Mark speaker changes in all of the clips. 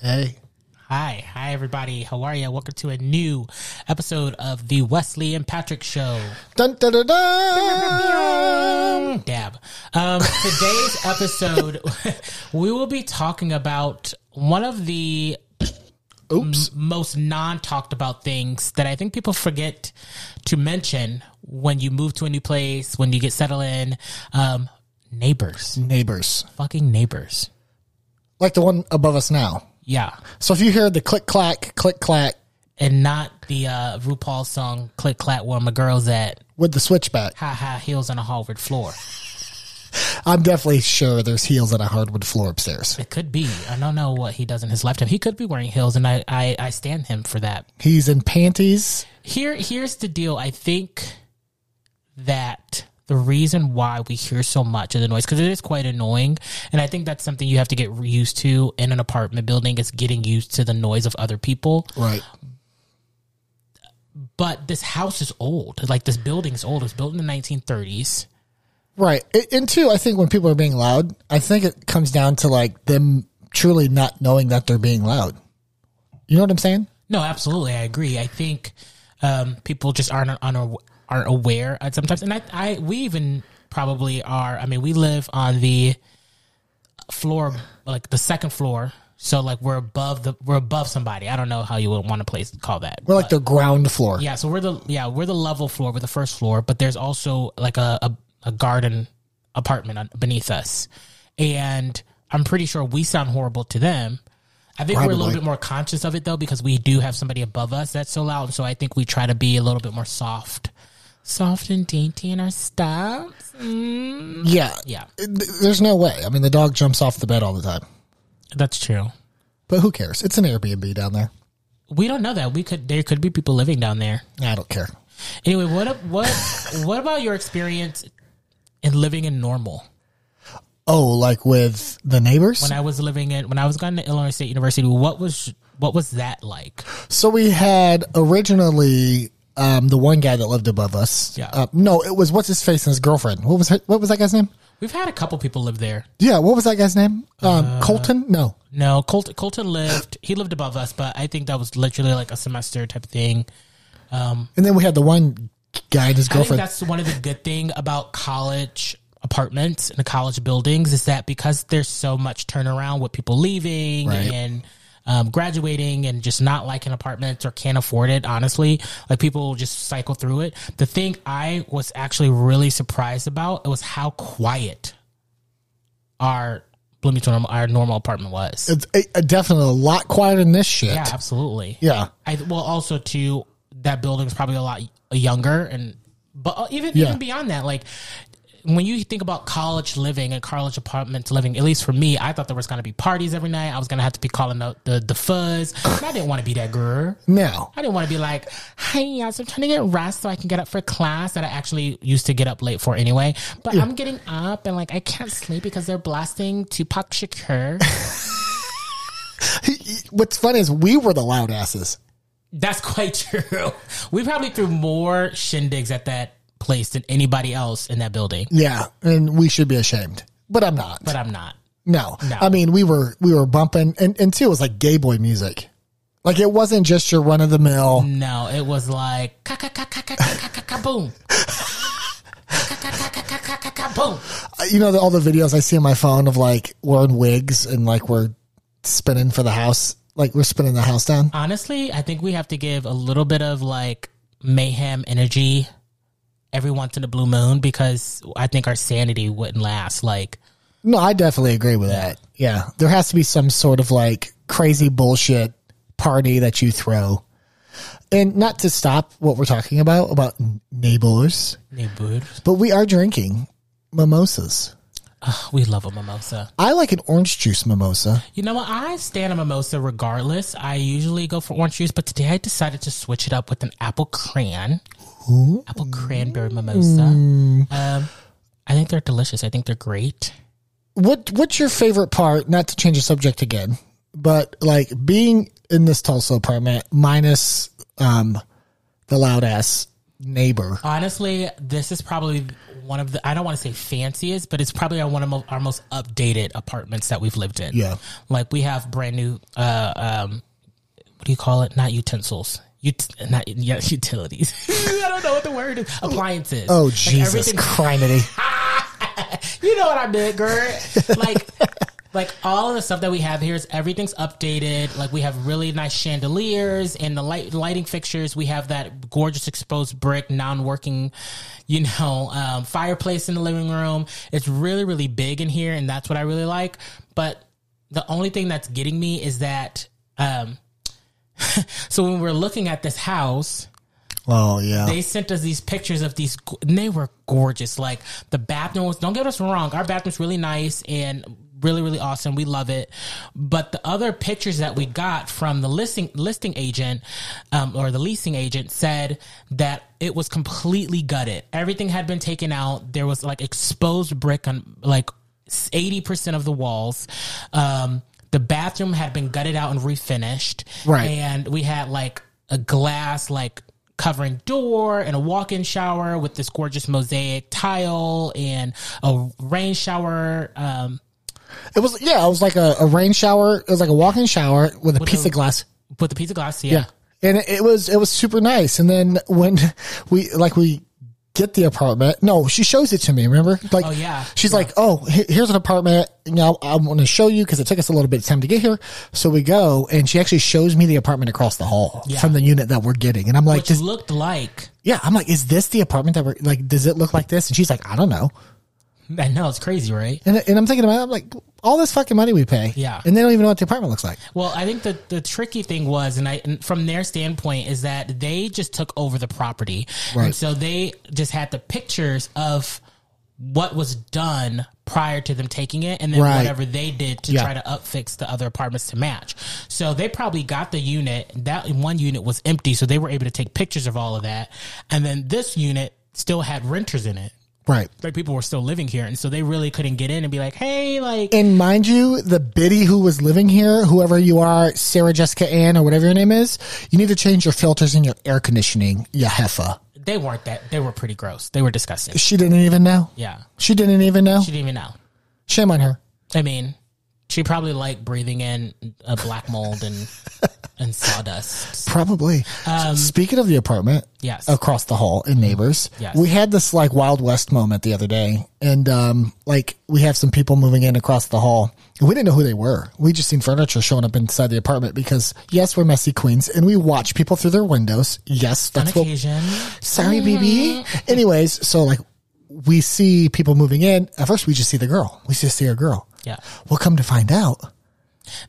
Speaker 1: Hey.
Speaker 2: Hi, hi everybody. How are you? Welcome to a new episode of the Wesley and Patrick Show.
Speaker 1: Dun, dun, dun, dun.
Speaker 2: Dab. Um, today's episode, we will be talking about one of the
Speaker 1: Oops.
Speaker 2: most non-talked about things that I think people forget to mention when you move to a new place, when you get settled in. Um, neighbors,
Speaker 1: Neighbors.
Speaker 2: fucking neighbors.
Speaker 1: Like the one above us now.
Speaker 2: Yeah,
Speaker 1: So if you hear the click clack, click clack
Speaker 2: and not the uh, RuPaul song "Click Clack" where my girls at
Speaker 1: with the switchback,
Speaker 2: high high heels on a hardwood floor.
Speaker 1: I'm definitely sure there's heels on a hardwood floor upstairs.
Speaker 2: It could be. I don't know what he does in his lifetime. He could be wearing heels, and I, I, I stand him for that.
Speaker 1: He's in panties.
Speaker 2: Here, here's the deal. I think that the reason why we hear so much of the noise because it is quite annoying, and I think that's something you have to get used to in an apartment building is getting used to the noise of other people.
Speaker 1: Right.
Speaker 2: But this house is old. Like this building's old. It was built in the 1930s.
Speaker 1: Right. A- And two, I think when people are being loud, I think it comes down to like them truly not knowing that they're being loud. You know what I'm saying?
Speaker 2: No, absolutely, I agree. I think um, people just aren't aren't aren't aware at sometimes, and I, I we even probably are. I mean, we live on the floor, like the second floor, so like we're above the we're above somebody. I don't know how you would want to place call that.
Speaker 1: We're like the ground floor.
Speaker 2: Yeah, so we're the yeah we're the level floor, we're the first floor, but there's also like a a, a garden apartment on, beneath us, and I'm pretty sure we sound horrible to them. I think we're a little
Speaker 1: Probably.
Speaker 2: bit more conscious of it though because we do have somebody above us that's so loud, so I think we try to be a little bit more soft, soft and dainty in our stops.
Speaker 1: Yeah.
Speaker 2: Yeah,
Speaker 1: Th- There's no way. I mean, the dog jumps off the bed all the time.
Speaker 2: that's true.
Speaker 1: But who cares? It's an Airbnb down there.
Speaker 2: We don't know that we could there could be people living down there.
Speaker 1: I don't care.
Speaker 2: Anyway, what ab- what what about your experience in living in normal?
Speaker 1: Oh, like with the neighbors?
Speaker 2: when I was living in when I was going to Illinois State University, what was what was that like?
Speaker 1: so we had originally um, the one guy that lived above us.
Speaker 2: Yeah.
Speaker 1: Uh, no, it was what's his face and his girlfriend. What was her, what was that guy's name?
Speaker 2: We've had a couple people live there.
Speaker 1: Yeah, what was that guy's name? Um,
Speaker 2: Uh,
Speaker 1: Colton? No.
Speaker 2: No, Colton, Colton lived. He lived above us, but I think that was literally like a semester type thing.
Speaker 1: And then we had the one guy and his
Speaker 2: I think
Speaker 1: girlfriend.
Speaker 2: that's one of the good thing about college apartments and the college buildings is that because there's so much turnaround with people leaving
Speaker 1: Right.
Speaker 2: and um, graduating and just not liking apartments or can't afford it honestly like people just cycle through it the thing i was actually really surprised about was how quiet our bloomington our normal apartment was
Speaker 1: It's it, it definitely a lot quieter than this shit.
Speaker 2: yeah absolutely
Speaker 1: Yeah.
Speaker 2: I well also too that building's probably a lot younger and but uh, even
Speaker 1: Yeah.
Speaker 2: even beyond that like when you think about college living and college apartments living at least for me I thought there was going to be parties every night I was going to have to be calling the the, the fuzz And I didn't want to be that girl
Speaker 1: Now,
Speaker 2: I didn't want to be like, hey, yes, I'm trying to get rest so I can get up for class that I actually used to get up late for anyway. But I'm getting up and like I can't sleep because they're blasting Tupac Shakur.
Speaker 1: what's funny is we were the loud asses.
Speaker 2: That's quite true. We probably threw more shindigs at that place than anybody else in that building,
Speaker 1: Yeah, and we should be ashamed, but I'm not.
Speaker 2: but I'm not.
Speaker 1: No. I mean, we were we were bumping and, and two, it was like gay boy music. Like it wasn't just your run of the mill.
Speaker 2: No, it was like ka ka ka ka ka ka ka ka ka boom. Ka ka ka ka ka ka ka ka boom.
Speaker 1: You know, the, all the videos I see on my phone of like wearing wigs and like we're spinning for the house, like we're spinning the house down.
Speaker 2: Honestly, I think we have to give a little bit of like mayhem energy every once in a blue moon because I think our sanity wouldn't last. Like
Speaker 1: No, I definitely agree with that. Yeah, there has to be some sort of like crazy bullshit party that you throw. And not to stop what we're talking about about neighbors,
Speaker 2: neighbors,
Speaker 1: but we are drinking mimosas.
Speaker 2: we love a mimosa.
Speaker 1: I like an orange juice mimosa.
Speaker 2: You know what? I stand a mimosa regardless. I usually go for orange juice, but today I decided to switch it up with an apple cran, apple cranberry mimosa.
Speaker 1: Mm.
Speaker 2: Um, I think they're delicious. I think they're great.
Speaker 1: what what's your favorite part not to change the subject again but like being in this tulsa apartment minus um the loud ass neighbor
Speaker 2: Oh, Honestly, this is probably one of the I don't want to say fanciest, but it's probably our one of mo- our most updated apartments that we've lived in.
Speaker 1: Yeah.
Speaker 2: like we have brand new. Uh, um, what do you call it? Not utensils. Ut- not yeah, utilities. I don't know what the word is. Appliances.
Speaker 1: Oh
Speaker 2: Like,
Speaker 1: Jesus
Speaker 2: everything-
Speaker 1: criminy!
Speaker 2: you know what I meant, girl. Like, like all of the stuff that we have here is everything's updated. Like we have really nice chandeliers and the light lighting fixtures. We have that gorgeous exposed brick, non-working, you know, um, fireplace in the living room. It's really, really big in here, and that's what I really like. But the only thing that's getting me is that. Um, so when we're looking at this house,
Speaker 1: Oh yeah,
Speaker 2: they sent us these pictures of these g- and they were gorgeous like the bathroom was don't get us wrong our bathroom's really nice and really really awesome we love it but the other pictures that we got from the listing listing agent um, or the leasing agent said that it was completely gutted everything had been taken out there was like exposed brick on like 80% of the walls um, the bathroom had been gutted out and refinished
Speaker 1: Right.
Speaker 2: and we had like a glass like covering door and a walk-in shower with this gorgeous mosaic tile and a rain shower um,
Speaker 1: it was yeah, it was like a, a rain shower. It was like a walk-in shower with a piece
Speaker 2: a-
Speaker 1: of glass.
Speaker 2: with a piece of glass
Speaker 1: Yeah, and it, it was it was super nice. And then when we like we get the apartment, no, she shows it to me. Remember, like
Speaker 2: Oh, yeah.
Speaker 1: she's like, oh, he- here's an apartment. Now I'm going to show you because it took us a little bit of time to get here. So we go, and she actually shows me the apartment across the hall
Speaker 2: Yeah.
Speaker 1: from the unit that we're getting, and I'm like,
Speaker 2: which
Speaker 1: this,
Speaker 2: looked like
Speaker 1: yeah, I'm like, is this the apartment that we're like? Does it look like this? And she's like, I don't know.
Speaker 2: i know it's crazy right
Speaker 1: And, and I'm thinking about it, I'm like, all this fucking money we pay.
Speaker 2: Yeah.
Speaker 1: And they don't even know what the apartment looks like.
Speaker 2: well i think the, the tricky thing was and i and from their standpoint is that they just took over the property
Speaker 1: Right.
Speaker 2: and so they just had the pictures of what was done prior to them taking it and then
Speaker 1: Right.
Speaker 2: whatever they did to
Speaker 1: Yeah.
Speaker 2: try to upfix the other apartments to match. So they probably got the unit. That one unit was empty, so they were able to take pictures of all of that. And then this unit still had renters in it.
Speaker 1: Right.
Speaker 2: Like people were still living here, and so they really couldn't get in and be like, "Hey, like,
Speaker 1: And mind you, the biddy who was living here, whoever you are, Sarah Jessica Ann or whatever your name is, you need to change your filters in your air conditioning, you heifer.
Speaker 2: they weren't that. They were pretty gross. They were disgusting.
Speaker 1: She didn't even know.
Speaker 2: Yeah,
Speaker 1: She didn't even know.
Speaker 2: she didn't even know.
Speaker 1: Shame on her.
Speaker 2: I mean, she probably liked breathing in a black mold and and sawdust.
Speaker 1: Probably. Speaking of the apartment,
Speaker 2: Um, Yes.
Speaker 1: across the hall in neighbors,
Speaker 2: Yes.
Speaker 1: we had this like Wild West moment the other day, and um, like we have some people moving in across the hall. We didn't know who they were. We just seen furniture showing up inside the apartment because yes, we're messy queens, and we watch people through their windows. Yes,
Speaker 2: On
Speaker 1: that's what
Speaker 2: occasion,
Speaker 1: Sorry, baby.
Speaker 2: Mm-hmm.
Speaker 1: Anyways, so like we see people moving in. At first, we just see the girl. We just see her girl.
Speaker 2: yeah.
Speaker 1: We'll come to find out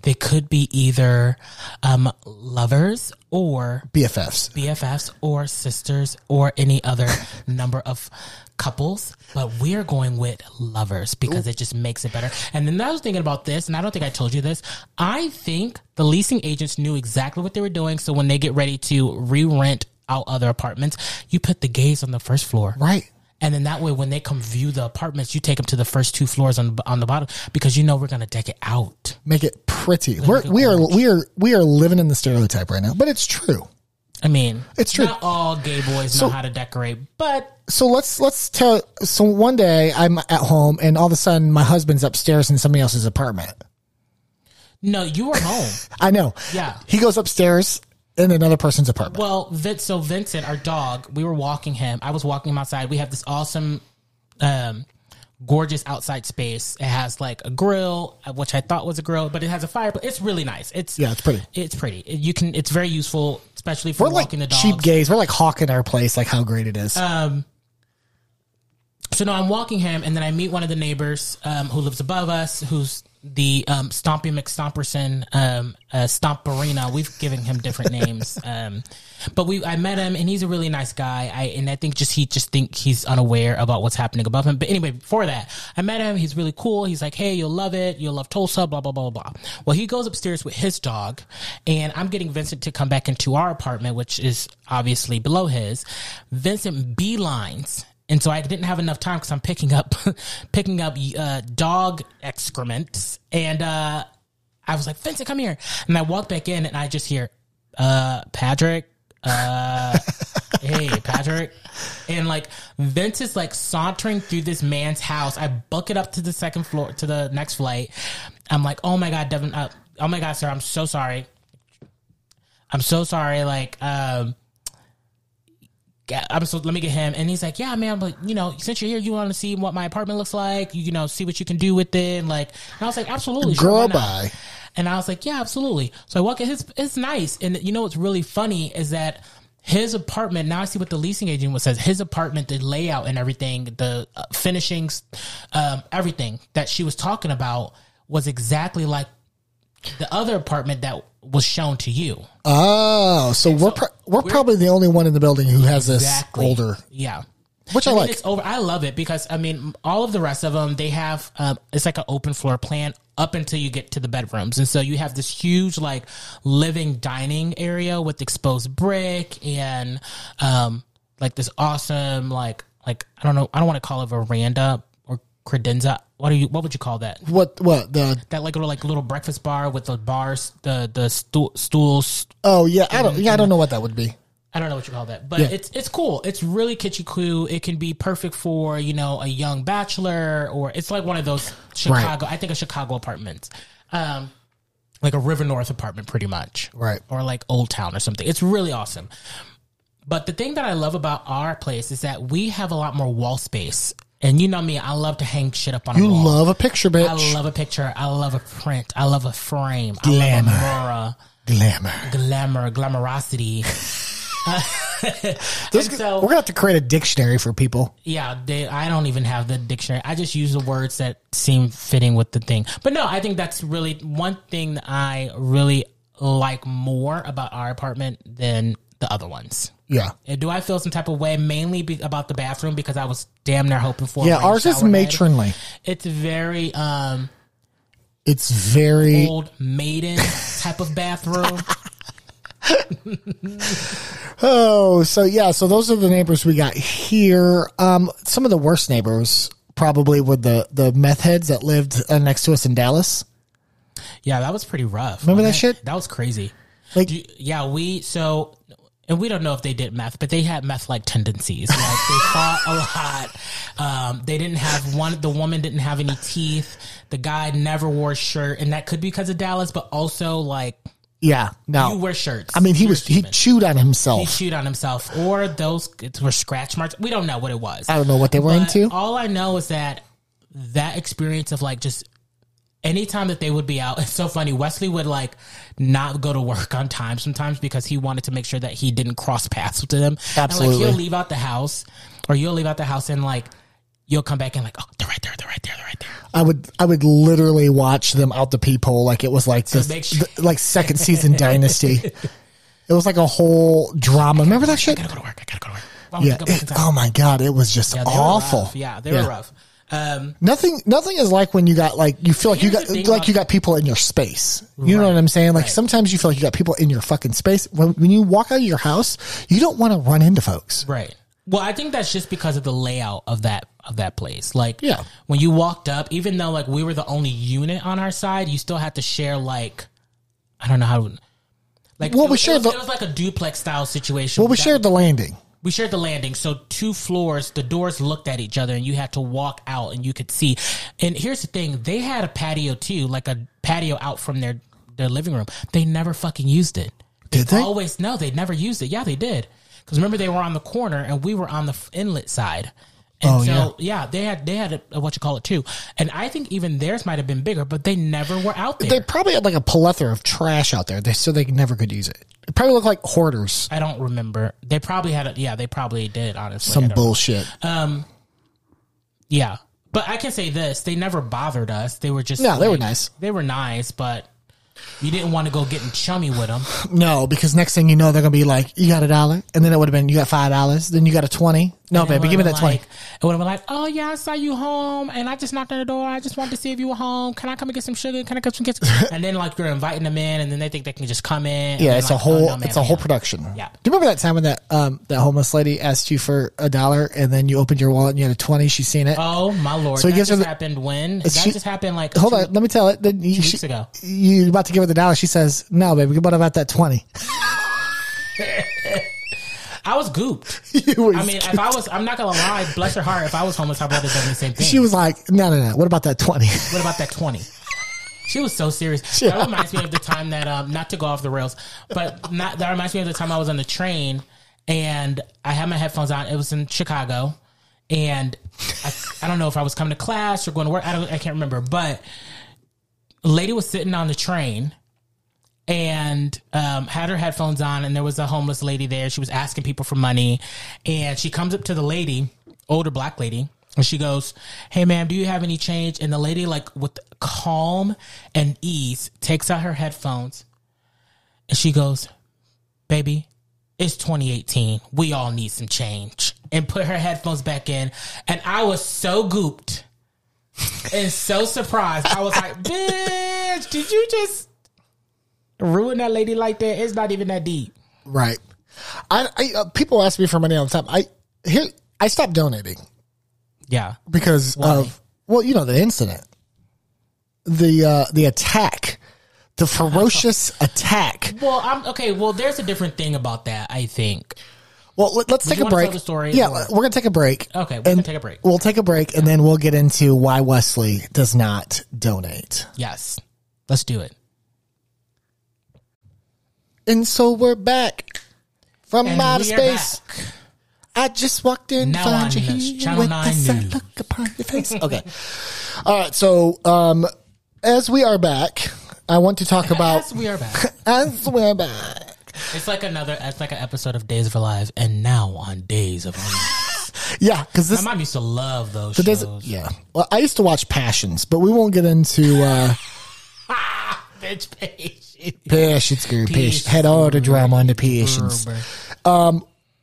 Speaker 2: They could be either um, lovers or
Speaker 1: BFFs.
Speaker 2: BFFs or sisters or any other number of couples, but we're going with lovers because it just makes it better. And then I was thinking about this, and I don't think I told you this. I think the leasing agents knew exactly what they were doing, so when they get ready to re rent out other apartments, you put the gays on the first floor.
Speaker 1: Right.
Speaker 2: And then that way, when they come view the apartments, you take them to the first two floors on the, on the bottom because you know we're gonna deck it out.
Speaker 1: Make it pretty. We're, we are we are we are living in the stereotype right now, but it's true.
Speaker 2: I mean,
Speaker 1: It's true.
Speaker 2: Not all gay boys know how to decorate, but
Speaker 1: so let's let's tell so one day i'm at home and all of a sudden my husband's upstairs in somebody else's apartment
Speaker 2: no, you were home.
Speaker 1: i know
Speaker 2: Yeah.
Speaker 1: he goes upstairs in another person's apartment
Speaker 2: Well, Vin- so Vincent, our dog, we were walking him. I was walking him outside. We have this awesome, um, gorgeous outside space. It has like a grill, uh, which I thought was a grill, but it has a fireplace. It's really nice. It's
Speaker 1: yeah it's pretty
Speaker 2: it's pretty. It- You can. It's very useful, especially for
Speaker 1: we're like
Speaker 2: walking the dogs. Uh,
Speaker 1: cheap gays we're like hawking our place like how great it is
Speaker 2: so no, I'm walking him, and then I meet one of the neighbors um, who lives above us, who's the um, Stompy McStomperson, um, uh, Stomperina. We've given him different names, um, but we I met him, and he's a really nice guy. I and I think just he just think he's unaware about what's happening above him. But anyway, before that, I met him. He's really cool. He's like, hey, you'll love it. You'll love Tulsa. Blah blah blah blah. blah. Well, he goes upstairs with his dog, and I'm getting Vincent to come back into our apartment, which is obviously below his. Vincent beelines and so I didn't have enough time because I'm picking up picking up uh, dog excrements, and uh, I was like, Vincent, come here, and I walk back in, and I just hear, uh, Patrick, uh, hey Patrick, and like Vince is like sauntering through this man's house. I book it up to the second floor to the next flight. I'm like, oh my god, Devin, uh, oh my god, sir, I'm so sorry. I'm so sorry. Like, um, yeah, I'm so let me get him. And he's like, yeah, man, but you know, since you're here, you want to see what my apartment looks like. You, you know, see what you can do with it. And like, and I was like, absolutely, sure, why
Speaker 1: Girl
Speaker 2: not?"
Speaker 1: bye.
Speaker 2: And I was like, yeah, absolutely. So I walk in. His, it's nice. And you know what's really funny is that his apartment, now I see what the leasing agent was says. His apartment, the layout and everything, the uh, finishings, um, everything that she was talking about was exactly like the other apartment that was shown to you.
Speaker 1: Oh, so we're pro- we're, probably the only one in the building who has this
Speaker 2: Exactly.
Speaker 1: older,
Speaker 2: Yeah.
Speaker 1: which I,
Speaker 2: I mean,
Speaker 1: like.
Speaker 2: it's over. I love it because I mean, all of the rest of them, they have um, it's like an open floor plan up until you get to the bedrooms, and so you have this huge like living dining area with exposed brick and um, like this awesome like like I don't know I don't want to call it veranda or credenza. What do you what would you call that?
Speaker 1: What what the?
Speaker 2: That like little like little breakfast bar with the bars the the stool, stools
Speaker 1: Oh yeah, I don't yeah I don't know what that would be.
Speaker 2: I don't know what you call that, but it's it's cool. It's really kitschy cool. It can be perfect for you know a young bachelor or it's like one of those Chicago. I think a Chicago apartments, um, like a River North apartment, pretty much,
Speaker 1: Right.
Speaker 2: Or like Old Town or something. It's really awesome. But the thing that I love about our place is that we have a lot more wall space, and you know me, I love to hang shit up on a
Speaker 1: You
Speaker 2: wall.
Speaker 1: love a picture,
Speaker 2: I
Speaker 1: bitch.
Speaker 2: love a picture. I love a print. I love a frame.
Speaker 1: Glamour.
Speaker 2: I love a
Speaker 1: Glamour.
Speaker 2: mora, glamour, glamorosity.
Speaker 1: This-
Speaker 2: And so-
Speaker 1: we're gonna have to create a dictionary for people.
Speaker 2: Yeah, they, I don't even have the dictionary. I just use the words that seem fitting with the thing. But no, I think that's really one thing that I really like more about our apartment than the other ones.
Speaker 1: Yeah,
Speaker 2: And do I feel some type of way mainly be, about the bathroom because I was damn near hoping for?
Speaker 1: yeah.
Speaker 2: like a
Speaker 1: Ours is
Speaker 2: shower head.
Speaker 1: matronly.
Speaker 2: It's very um
Speaker 1: It's very
Speaker 2: old maiden type of bathroom.
Speaker 1: Oh, so yeah, so those are the neighbors we got here. Um, some of the worst neighbors probably were the the meth heads that lived uh, next to us in Dallas.
Speaker 2: Yeah, that was pretty rough.
Speaker 1: Remember
Speaker 2: When
Speaker 1: that shit?
Speaker 2: That was crazy.
Speaker 1: Like-
Speaker 2: Do you- yeah, we so and we don't know if they did meth, but they had meth like tendencies. Like they fought a lot. Um, they didn't have one. The woman didn't have any teeth. The guy never wore a shirt, and that could be because of Dallas, but also like
Speaker 1: Yeah, no,
Speaker 2: you wear shirts.
Speaker 1: I mean he
Speaker 2: You're
Speaker 1: was
Speaker 2: a
Speaker 1: he
Speaker 2: human.
Speaker 1: chewed on
Speaker 2: He
Speaker 1: himself.
Speaker 2: chewed on himself, or those it were scratch marks. We don't know what it was.
Speaker 1: I don't know what they were
Speaker 2: But
Speaker 1: into.
Speaker 2: All I know is that that experience of like just anytime that they would be out, it's so funny. Wesley would like not go to work on time sometimes because he wanted to make sure that he didn't cross paths with them. And
Speaker 1: Absolutely.
Speaker 2: like he'll leave out the house or you'll leave out the house and like you'll come back and like, oh, they're right there, they're right there, they're right there.
Speaker 1: I would I would literally watch them out the peephole like it was like this
Speaker 2: make sure-
Speaker 1: the- like second season dynasty. It was like a whole drama. Remember that shit?
Speaker 2: I gotta go to work, I gotta go to work. Why don't we
Speaker 1: Yeah.
Speaker 2: go back in
Speaker 1: it-
Speaker 2: time?
Speaker 1: oh my god, it was just
Speaker 2: They were
Speaker 1: awful.
Speaker 2: rough. Yeah, they were rough. Um,
Speaker 1: Nothing nothing is like when you got like you feel like you
Speaker 2: Here's
Speaker 1: got
Speaker 2: the thing
Speaker 1: like you
Speaker 2: about-
Speaker 1: got people in your space. You know what I'm saying? Like sometimes you feel like you got people in your fucking space. When, when you walk out of your house, you don't want to run into folks.
Speaker 2: Right. Well, I think that's just because of the layout of that of that place. Like,
Speaker 1: Yeah.
Speaker 2: when you walked up, even though like we were the only unit on our side, you still had to share like, I don't know how. to- Like,
Speaker 1: Well,
Speaker 2: it
Speaker 1: we
Speaker 2: was- it
Speaker 1: shared
Speaker 2: was,
Speaker 1: the-
Speaker 2: it was like a duplex style situation.
Speaker 1: Well, we
Speaker 2: that-
Speaker 1: shared the landing.
Speaker 2: we shared the landing, so two floors. The doors looked at each other, and you had to walk out, and you could see. And here's the thing: they had a patio too, like a patio out from their their living room. They never fucking used it.
Speaker 1: Did they?
Speaker 2: Always no, they never used it. Yeah, they did. Because remember, they were on the corner, and we were on the f- inlet side. And
Speaker 1: Oh,
Speaker 2: so yeah, they had they had a, a what you call it too. And I think even theirs might have been bigger, but they never were out there.
Speaker 1: They probably had like a plethora of trash out there, they, so they never could use it. It probably looked like hoarders.
Speaker 2: I don't remember. They probably had a, yeah, they probably did. Honestly, I
Speaker 1: Some
Speaker 2: don't- Uh,
Speaker 1: bullshit.
Speaker 2: Yeah. But I can say this, they never bothered us. They were just
Speaker 1: No, they were nice.
Speaker 2: They were nice, but you didn't want to go getting chummy with them.
Speaker 1: No, because next thing you know, they're gonna be like, "You got a dollar," and then it would have been, "You got five dollars," then you got a twenty. No, baby, give me that twenty.
Speaker 2: like, It would have been like, "Oh yeah, I saw you home, and I just knocked on the door. I just wanted to see if you were home. Can I come and get some sugar? Can I come and get?" Some? and then like you're inviting them in, and then they think they can just come in.
Speaker 1: Yeah, it's a whole it's a whole
Speaker 2: production.
Speaker 1: production.
Speaker 2: Yeah.
Speaker 1: Do you remember that time when that um that homeless lady asked you for a dollar and then you opened your wallet and you had a twenty? She's seen it.
Speaker 2: Oh my lord!
Speaker 1: So
Speaker 2: So
Speaker 1: he
Speaker 2: that
Speaker 1: gives her
Speaker 2: just
Speaker 1: the-
Speaker 2: happened when that
Speaker 1: she-
Speaker 2: just happened. Like
Speaker 1: Hold
Speaker 2: two-
Speaker 1: on, let me tell it. Then you,
Speaker 2: weeks ago.
Speaker 1: you about to give her the dollar. She says, "No, baby, what about that 20?
Speaker 2: I was gooped.
Speaker 1: You were
Speaker 2: I mean, if I was, I'm not gonna lie. Bless her heart. If I was homeless, I would have done the same thing.
Speaker 1: she was like, no, no, no. What about that 20?
Speaker 2: What about that 20? She was so serious. That reminds me of the time that um not to go off the rails, but not that reminds me of the time I was on the train and I had my headphones on. It was in Chicago. And I, I don't know if I was coming to class or going to work. I don't I can't remember, but a lady was sitting on the train and um, had her headphones on and there was a homeless lady there she was asking people for money and she comes up to the lady older black lady and she goes hey ma'am do you have any change and the lady like with calm and ease takes out her headphones and she goes baby it's 2018 we all need some change and put her headphones back in and i was so gooped and so surprised i was like bitch did you just ruin that lady like that, it's not even that deep.
Speaker 1: right. I, I uh, people ask me for money all the time. I here I stopped donating
Speaker 2: Yeah.
Speaker 1: because of well, you know, the incident, the uh, the attack, the ferocious attack.
Speaker 2: Well, I'm okay. Well, there's a different thing about that. I think.
Speaker 1: Well, let, us take
Speaker 2: you
Speaker 1: a
Speaker 2: wanna
Speaker 1: break.
Speaker 2: tell the story
Speaker 1: yeah,
Speaker 2: or- Oh,
Speaker 1: we're gonna take a break.
Speaker 2: Okay, we
Speaker 1: and
Speaker 2: can take a break.
Speaker 1: We'll take a break, and then we'll get into why Wesley does not donate.
Speaker 2: Yes. Let's do it.
Speaker 1: And so we're back from
Speaker 2: And
Speaker 1: outer
Speaker 2: we are
Speaker 1: space.
Speaker 2: back.
Speaker 1: I just walked in,
Speaker 2: Now
Speaker 1: found you
Speaker 2: on
Speaker 1: here
Speaker 2: Channel
Speaker 1: with
Speaker 2: 9
Speaker 1: this I
Speaker 2: News.
Speaker 1: look upon your face. Okay. All right. So, um, as we are back, I want to talk about
Speaker 2: Yes, we are back.
Speaker 1: as we're back.
Speaker 2: it's like another. It's like an episode of Days of Our Lives, and now on Days of Our Lives.
Speaker 1: Yeah, because
Speaker 2: My
Speaker 1: this
Speaker 2: mom used to love those
Speaker 1: does
Speaker 2: shows.
Speaker 1: Yeah. Well, I used to watch Passions, but we won't get into uh,
Speaker 2: Bitch, page.
Speaker 1: Passions, girl, Passions.
Speaker 2: Passions.
Speaker 1: Had all the drama on the Passions.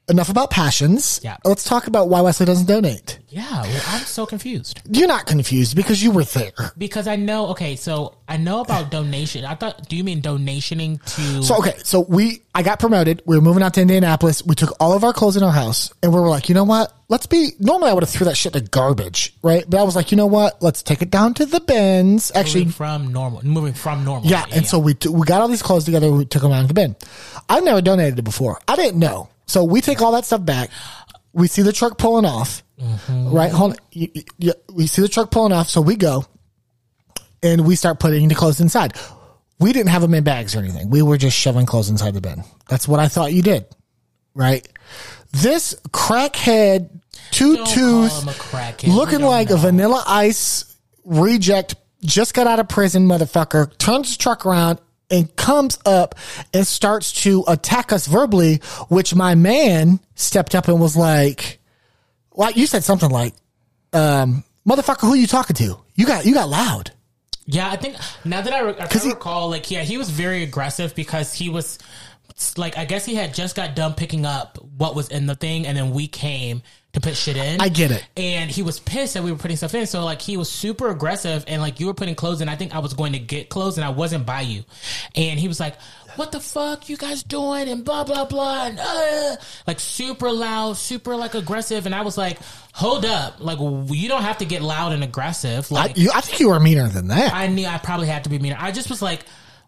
Speaker 1: Enough about Passions.
Speaker 2: Yeah.
Speaker 1: Let's talk about why Wesley doesn't donate.
Speaker 2: Yeah, well, I'm so confused.
Speaker 1: You're not confused because you were there.
Speaker 2: Because I know, okay, so I know about donation. I thought, do you mean donationing to?
Speaker 1: So okay, so we I got promoted. We were moving out to Indianapolis. We took all of our clothes in our house, and we were like, you know what? Let's be. Normally, I would have threw that shit to garbage, right? But I was like, you know what? Let's take it down to the bins. Actually,
Speaker 2: moving from normal, moving from normal.
Speaker 1: yeah. And so we t- we got all these clothes together. We took them out to the bin. I've never donated it before. I didn't know. So we take all that stuff back. We see the truck pulling off,
Speaker 2: Mm-hmm.
Speaker 1: right? Hold on. You- you- you- we see the truck pulling off, so we go, and we start putting the clothes inside. We didn't have them in bags or anything. We were just shoving clothes inside the bin. That's what I thought you did, right? This crackhead, two
Speaker 2: Don't call
Speaker 1: tooth,
Speaker 2: him a crackhead.
Speaker 1: looking
Speaker 2: We don't
Speaker 1: like a vanilla ice reject just got out of prison motherfucker turns his truck around and comes up and starts to attack us verbally which my man stepped up and was like well you said something like um motherfucker who you talking to you got you got loud
Speaker 2: Yeah, I think now that I, re- if I recall, like, yeah, he was very aggressive because he was, like, I guess he had just got done picking up what was in the thing, and then we came to put shit in.
Speaker 1: I get it.
Speaker 2: And he was pissed that we were putting stuff in. So, like, he was super aggressive, and, like, you were putting clothes in. I think I was going to get clothes, and I wasn't by you. And he was like, what the fuck you guys doing? And blah, blah, blah. And, uh, like, super loud, super, like, aggressive. And I was like, hold up. Like, w- you don't have to get loud and aggressive. Like,
Speaker 1: I, you, I think you were meaner than that
Speaker 2: I knew I probably had to be meaner. I just was like,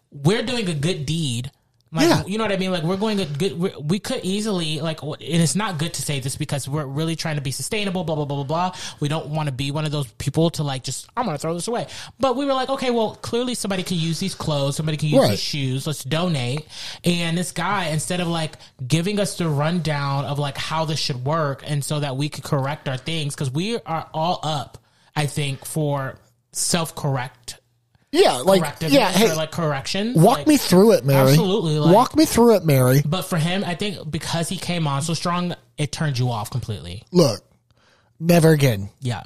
Speaker 2: we're doing a good deed. Like,
Speaker 1: Yeah.
Speaker 2: you know what I mean? Like, we're going a good, we we could easily, like, w- and it's not good to say this because we're really trying to be sustainable, blah, blah, blah, blah, blah. We don't want to be one of those people to, like, just, I'm going to throw this away. But we were like, okay, well, clearly somebody can use these clothes, somebody can use
Speaker 1: Right.
Speaker 2: these shoes, let's donate. And this guy, instead of, like, giving us the rundown of, like, how this should work and so that we could correct our things, because we are all up, I think, for self correct
Speaker 1: yeah like
Speaker 2: corrective
Speaker 1: yeah hey
Speaker 2: or like corrections.
Speaker 1: walk
Speaker 2: like-
Speaker 1: me through it mary
Speaker 2: Absolutely, like-
Speaker 1: walk me through it mary
Speaker 2: But for him, I think because he came on so strong, it turned you off completely.
Speaker 1: look never again
Speaker 2: Yeah,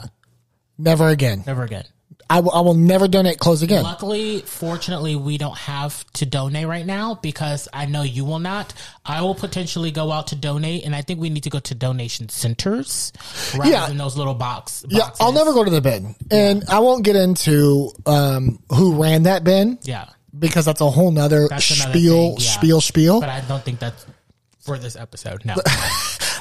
Speaker 1: never again
Speaker 2: never again.
Speaker 1: I will- I will never donate clothes again
Speaker 2: Luckily, fortunately, we don't have to donate right now because I know you will not. I will potentially go out to donate, and I think we need to go to donation centers rather
Speaker 1: Yeah.
Speaker 2: than those little box.
Speaker 1: Yeah,
Speaker 2: Boxes.
Speaker 1: I'll never go to the bin, and I won't get into um, who ran that bin
Speaker 2: Yeah,
Speaker 1: because that's a whole nother
Speaker 2: That's another
Speaker 1: spiel,
Speaker 2: thing, yeah.
Speaker 1: spiel, spiel,
Speaker 2: but I don't think that's for this episode. No,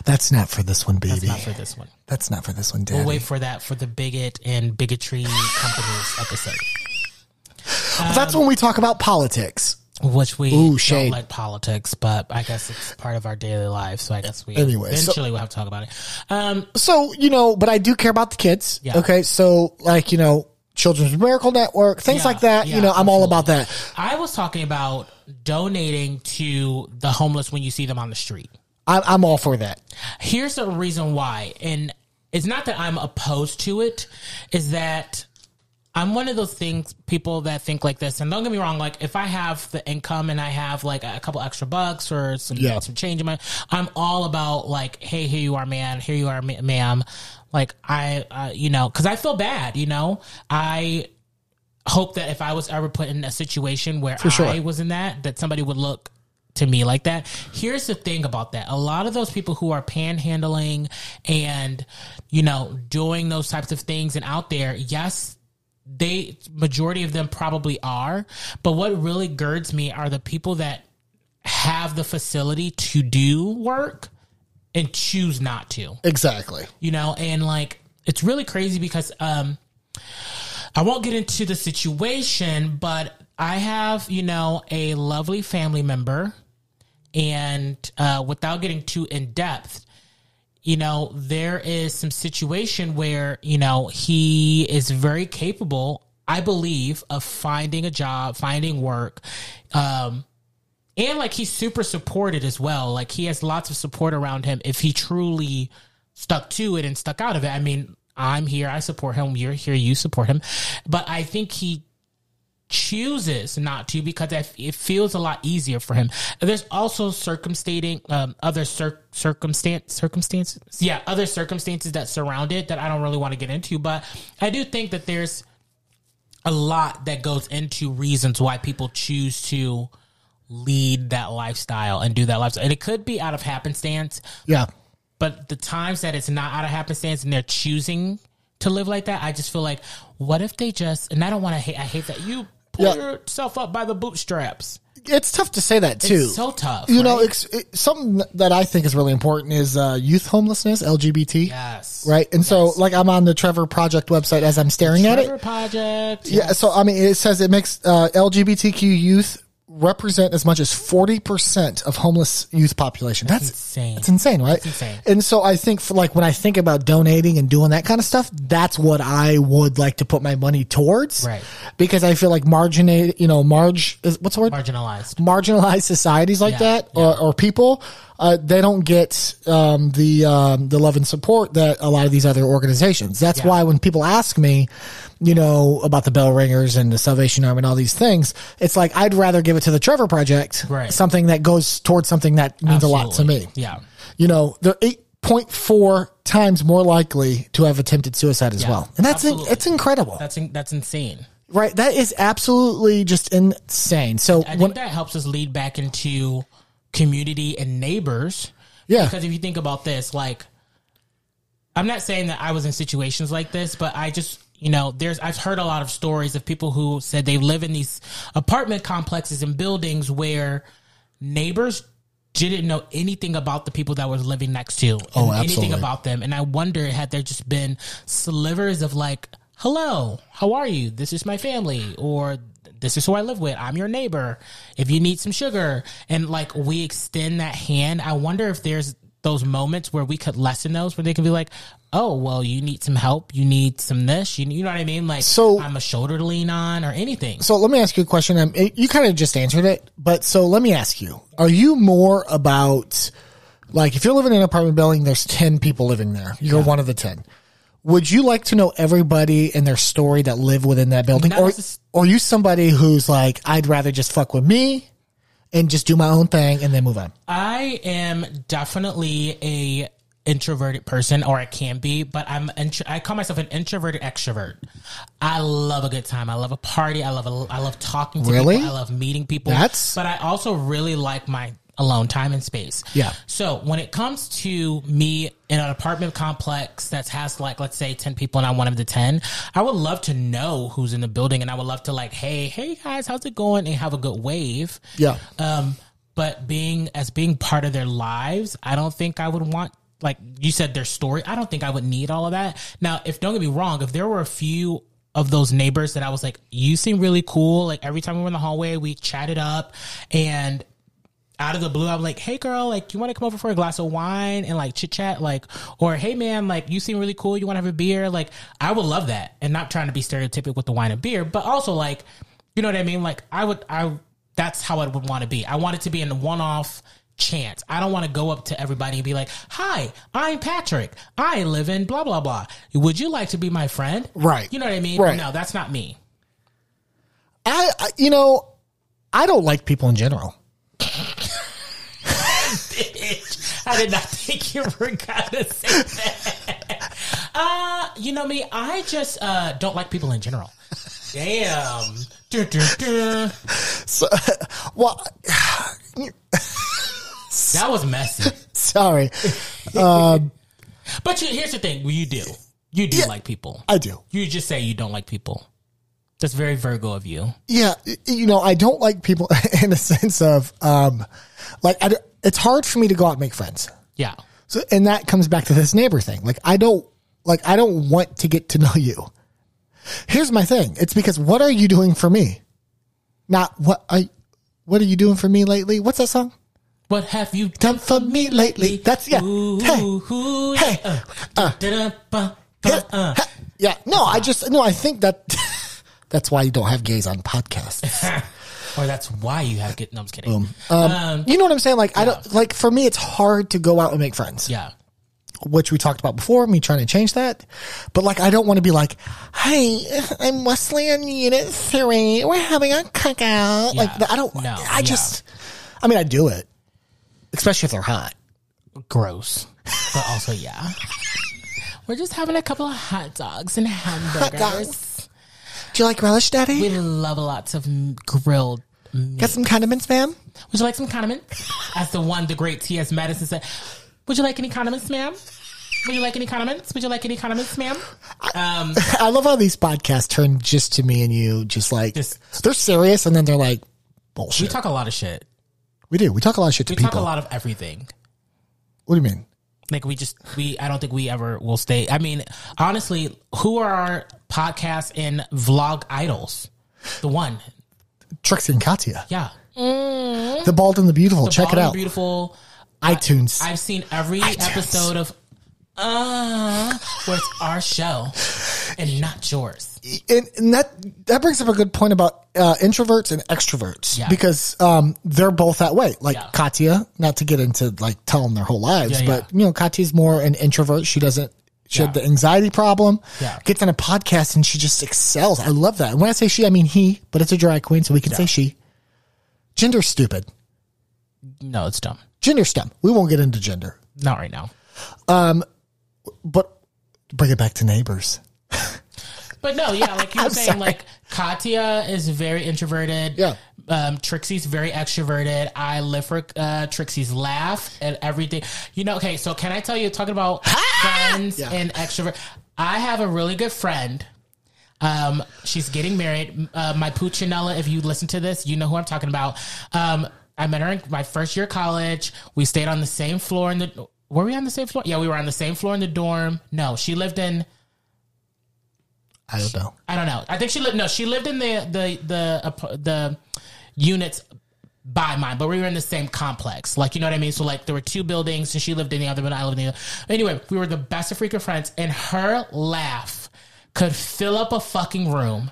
Speaker 1: That's not for this one, baby.
Speaker 2: not for this one.
Speaker 1: That's not for this one, Daddy.
Speaker 2: Wait for that for the bigot and bigotry companies episode.
Speaker 1: that's when we talk about politics.
Speaker 2: which we
Speaker 1: Ooh,
Speaker 2: don't
Speaker 1: shade.
Speaker 2: like politics, but I guess it's part of our daily life. So I guess we
Speaker 1: Anyway, so-
Speaker 2: eventually we'll have to talk about it. Um,
Speaker 1: So, you know, but I do care about the kids.
Speaker 2: Yeah.
Speaker 1: Okay. So, like, you know, Children's Miracle Network, things
Speaker 2: Yeah,
Speaker 1: like that.
Speaker 2: yeah,
Speaker 1: you know, I'm all about that.
Speaker 2: I was talking about donating to the homeless when you see them on the street.
Speaker 1: I'm, I'm all for that.
Speaker 2: Here's the reason why, and it's not that I'm opposed to it, is that I'm one of those things people that think like this. And don't get me wrong, like if I have the income and I have like a couple extra bucks or some
Speaker 1: Yeah.
Speaker 2: some change in my, I'm all about like, hey, here you are, man. Here you are, ma- ma'am. Like I, uh, you know, because I feel bad. You know, I hope that if I was ever put in a situation where
Speaker 1: sure.
Speaker 2: I was in that, that somebody would look to me like that. Here's the thing about that. A lot of those people who are panhandling and, you know, doing those types of things and out there, yes, they majority of them probably are. But what really girds me are the people that have the facility to do work and choose not to
Speaker 1: Exactly.
Speaker 2: you know and like it's really crazy because um i won't get into the situation but i have you know a lovely family member and uh without getting too in depth you know there is some situation where you know he is very capable i believe of finding a job finding work um and like he's super supported as well. Like he has lots of support around him if he truly stuck to it and stuck out of it. I mean, I'm here, I support him, you're here, you support him. But I think he chooses not to because I- it feels a lot easier for him. And There's also circumstating um, other cir- circumstance circumstances. Yeah, other circumstances that surround it that I don't really want to get into, but I do think that there's a lot that goes into reasons why people choose to lead that lifestyle and do that lifestyle. And it could be out of happenstance,
Speaker 1: Yeah.
Speaker 2: but the times that it's not out of happenstance and they're choosing to live like that, I just feel like, what if they just? And I don't want to hate. I hate that you pull
Speaker 1: Yeah.
Speaker 2: yourself up by the bootstraps.
Speaker 1: It's tough to say that, too.
Speaker 2: It's so tough.
Speaker 1: you
Speaker 2: right?
Speaker 1: know, it's it, something that I think is really important is uh, youth homelessness, LGBT.
Speaker 2: yes,
Speaker 1: Right. And so, like, I'm on the Trevor Project website as I'm staring at it.
Speaker 2: Trevor Project.
Speaker 1: Yeah, so I mean, it says it makes uh, LGBTQ youth represent as much as forty percent of homeless youth population. That's,
Speaker 2: insane.
Speaker 1: That's insane, right?
Speaker 2: insane.
Speaker 1: And so I think, for, like, when I think about donating and doing that kind of stuff, that's what I would like to put my money towards,
Speaker 2: Right.
Speaker 1: Because I feel like marginate, you know, marg is what's the word?
Speaker 2: marginalized.
Speaker 1: marginalized societies like
Speaker 2: Yeah,
Speaker 1: that Or, or people uh, they don't get um, the um, the love and support that a lot of these other organizations that's why when people ask me you know about the bell ringers and the salvation army and all these things it's like i'd rather give it to the trevor project
Speaker 2: Right.
Speaker 1: something that goes towards something that means a lot to me
Speaker 2: Absolutely. Yeah.
Speaker 1: you know they're 8.4 times more likely to have attempted suicide as well and that's in,
Speaker 2: absolutely.
Speaker 1: it's incredible
Speaker 2: That's in, that's insane.
Speaker 1: right that is absolutely just insane so
Speaker 2: I think that helps us lead back into community and neighbors.
Speaker 1: Yeah.
Speaker 2: Because if you think about this, like, I'm not saying that I was in situations like this, but I just, you know, there's, I've heard a lot of stories of people who said they live in these apartment complexes and buildings where neighbors didn't know anything about the people that were living next to and
Speaker 1: Oh,
Speaker 2: anything
Speaker 1: absolutely.
Speaker 2: about them. And I wonder had there just been slivers of like, hello, how are you? This is my family, or this is who I live with. I'm your neighbor. If you need some sugar, and like we extend that hand, I wonder if there's those moments where we could lessen those, where they can be like, oh, well, you need some help, you need some this, you, you know what I mean? Like,
Speaker 1: So-
Speaker 2: I'm a shoulder to lean on or anything.
Speaker 1: so let me ask you a question. Um, it- you kind of just answered it, but so let me ask you: Are you more about like if you're living in an apartment building, there's ten people living there. You're one of the ten. Would you like to know everybody and their story that live within that building,
Speaker 2: Not
Speaker 1: or
Speaker 2: necess-
Speaker 1: or are you somebody who's like, I'd rather just fuck with me and just do my own thing and then move on?
Speaker 2: I am definitely a introverted person or I can be, but I'm intro- I call myself an introverted extrovert. I love a good time. I love a party. I love a, I love talking to
Speaker 1: Really?
Speaker 2: people. I love meeting people.
Speaker 1: That's-
Speaker 2: but I also really like my alone time and space.
Speaker 1: Yeah.
Speaker 2: So when it comes to me in an apartment complex that has like let's say ten people and I'm one of the ten, I would love to know who's in the building and I would love to like, hey, hey guys, how's it going? And have a good wave.
Speaker 1: Yeah.
Speaker 2: Um, but being as being part of their lives, I don't think I would want like you said their story. I don't think I would need all of that. Now, if don't get me wrong, if there were a few of those neighbors that I was like, you seem really cool. Like every time we were in the hallway, we chatted up and out of the blue, I'm like, hey girl, like you want to come over for a glass of wine and like chit chat, like, or hey man, like you seem really cool. You want to have a beer? Like I would love that. And not trying to be stereotypical with the wine and beer, but also like, you know what I mean? Like I would, I, that's how I would want to be. I want it to be in a one off chance. I don't want to go up to everybody and be like, hi, I'm Patrick. I live in blah, blah, blah. Would you like to be my friend?
Speaker 1: Right.
Speaker 2: You know what I mean?
Speaker 1: Right.
Speaker 2: No, that's not me.
Speaker 1: I, I you know, I don't like people in general.
Speaker 2: I did not think you were gonna say that. Uh, you know me, I just uh, don't like people in general. Damn. Dun, dun, dun.
Speaker 1: So, well,
Speaker 2: That was messy.
Speaker 1: sorry,
Speaker 2: But you, here's the thing you do. You do like people.
Speaker 1: I do.
Speaker 2: You just say you don't like people. That's very Virgo of you.
Speaker 1: Yeah, y- you know, I don't like people in the sense of, um, like, I, don't- it's hard for me to go out and make friends.
Speaker 2: Yeah.
Speaker 1: So, and that comes back to this neighbor thing. Like, I don't, like, I don't want to get to know you. Here's my thing. It's because what are you doing for me? Not what I, what are you doing for me lately? What's that song?
Speaker 2: What have you done?
Speaker 1: Done for me lately. That's yeah.
Speaker 2: Ooh,
Speaker 1: Hey,
Speaker 2: ooh,
Speaker 1: hey,
Speaker 2: uh, da-da, ba, ba, uh.
Speaker 1: yeah. No, I just no. I think that that's why you don't have gays on podcasts.
Speaker 2: Or that's why you have get. No, I'm just kidding. Uh,
Speaker 1: you know what I'm saying? Like I don't like for me. It's hard to go out and make friends,
Speaker 2: yeah.
Speaker 1: which we talked about before. Me trying to change that, but like I don't want to be like, "Hey, I'm Wesley in Unit Three. We're having a cookout." Like
Speaker 2: Yeah.
Speaker 1: I don't.
Speaker 2: No,
Speaker 1: I
Speaker 2: yeah.
Speaker 1: just. I mean, I do it, especially if they're hot.
Speaker 2: gross, but also yeah. We're just having a couple of hot dogs and hamburgers.
Speaker 1: dogs. Do you like relish, Daddy?
Speaker 2: We love lots of m- grilled.
Speaker 1: Got some condiments, ma'am?
Speaker 2: Would you like some condiments? As the one, the great T.S. Madison said, "Would you like any condiments, ma'am? Would you like any condiments? Would you like any condiments, ma'am?" Um,
Speaker 1: I love how these podcasts turn just to me and you, just like
Speaker 2: Just-
Speaker 1: they're serious, and then they're like
Speaker 2: we
Speaker 1: bullshit. We,
Speaker 2: talk a lot of shit.
Speaker 1: do. We talk a lot of shit to
Speaker 2: We
Speaker 1: people.
Speaker 2: talk a lot of everything.
Speaker 1: What do you mean?
Speaker 2: Like we just we I don't think we ever will stay. I mean, honestly, who are our podcast and vlog idols? The one,
Speaker 1: Trixie and Katya,
Speaker 2: yeah.
Speaker 1: the Bald and the Beautiful. Check
Speaker 2: Bald
Speaker 1: it
Speaker 2: and
Speaker 1: out.
Speaker 2: Beautiful.
Speaker 1: iTunes.
Speaker 2: I've seen every episode of uh where it's our show and not yours.
Speaker 1: and, and that that brings up a good point about uh, introverts and extroverts
Speaker 2: Yeah.
Speaker 1: because um, they're both that way. Like
Speaker 2: Yeah.
Speaker 1: Katya, not to get into like telling their whole lives,
Speaker 2: Yeah,
Speaker 1: but you know Katya's more an introvert. She doesn't. She had
Speaker 2: Yeah.
Speaker 1: the anxiety problem.
Speaker 2: Yeah.
Speaker 1: Gets on a podcast and she just excels. I love that. And when I say she, I mean he, but it's a drag queen, so we can say she. Gender's stupid.
Speaker 2: No, it's dumb.
Speaker 1: Gender stem. We won't get into gender,
Speaker 2: Not right now.
Speaker 1: but bring it back to neighbors.
Speaker 2: But no, yeah, like you were
Speaker 1: I'm
Speaker 2: saying,
Speaker 1: sorry.
Speaker 2: like Katya is very introverted.
Speaker 1: Yeah.
Speaker 2: Um, Trixie's very extroverted. I live for uh, Trixie's laugh and everything. You know, okay, so can I tell you, talking about friends
Speaker 1: Yeah.
Speaker 2: and extrovert, I have a really good friend. Um, she's getting married. Uh, my Puccinella, if you listen to this, you know who I'm talking about. Um, I met her in my first year of college. We stayed on the same floor in the. Were we on the same floor? Yeah, we were on the same floor in the dorm. No, she lived in.
Speaker 1: I don't know.
Speaker 2: I don't know. I think she lived. No, she lived in the the the ap- the units by mine, but we were in the same complex. Like you know what I mean. So like there were two buildings, and she lived in the other one. I lived in the other. Anyway, we were the best of freaking friends, and her laugh could fill up a fucking room.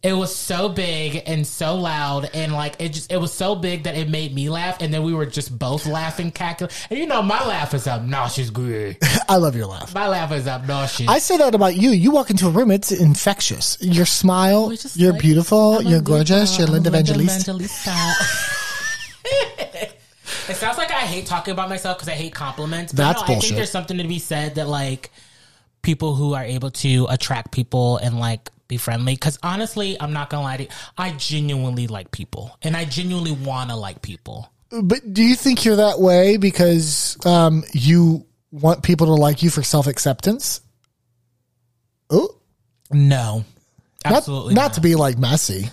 Speaker 2: It was so big and so loud, and like it just it was so big that it made me laugh, and then we were just both laughing, cackling. And you know, my laugh is obnoxious, good.
Speaker 1: I love your laugh.
Speaker 2: My laugh is obnoxious.
Speaker 1: I say that about you. You walk into a room, it's infectious. Your smile,
Speaker 2: just
Speaker 1: you're
Speaker 2: like-
Speaker 1: beautiful,
Speaker 2: I'm a
Speaker 1: you're
Speaker 2: good
Speaker 1: gorgeous,
Speaker 2: girl.
Speaker 1: you're
Speaker 2: I'm a
Speaker 1: Linda
Speaker 2: Linda
Speaker 1: Evangelista.
Speaker 2: Evangelista. it sounds like I hate talking about myself because I hate compliments. But
Speaker 1: That's
Speaker 2: no, I
Speaker 1: bullshit.
Speaker 2: think there's something to be said that like people who are able to attract people and like be friendly. Because honestly, I'm not gonna lie to you, I genuinely like people, and I genuinely want to like people.
Speaker 1: But do you think you're that way because um, you want people to like you for self acceptance? Oh,
Speaker 2: No, absolutely
Speaker 1: not, not to be like messy.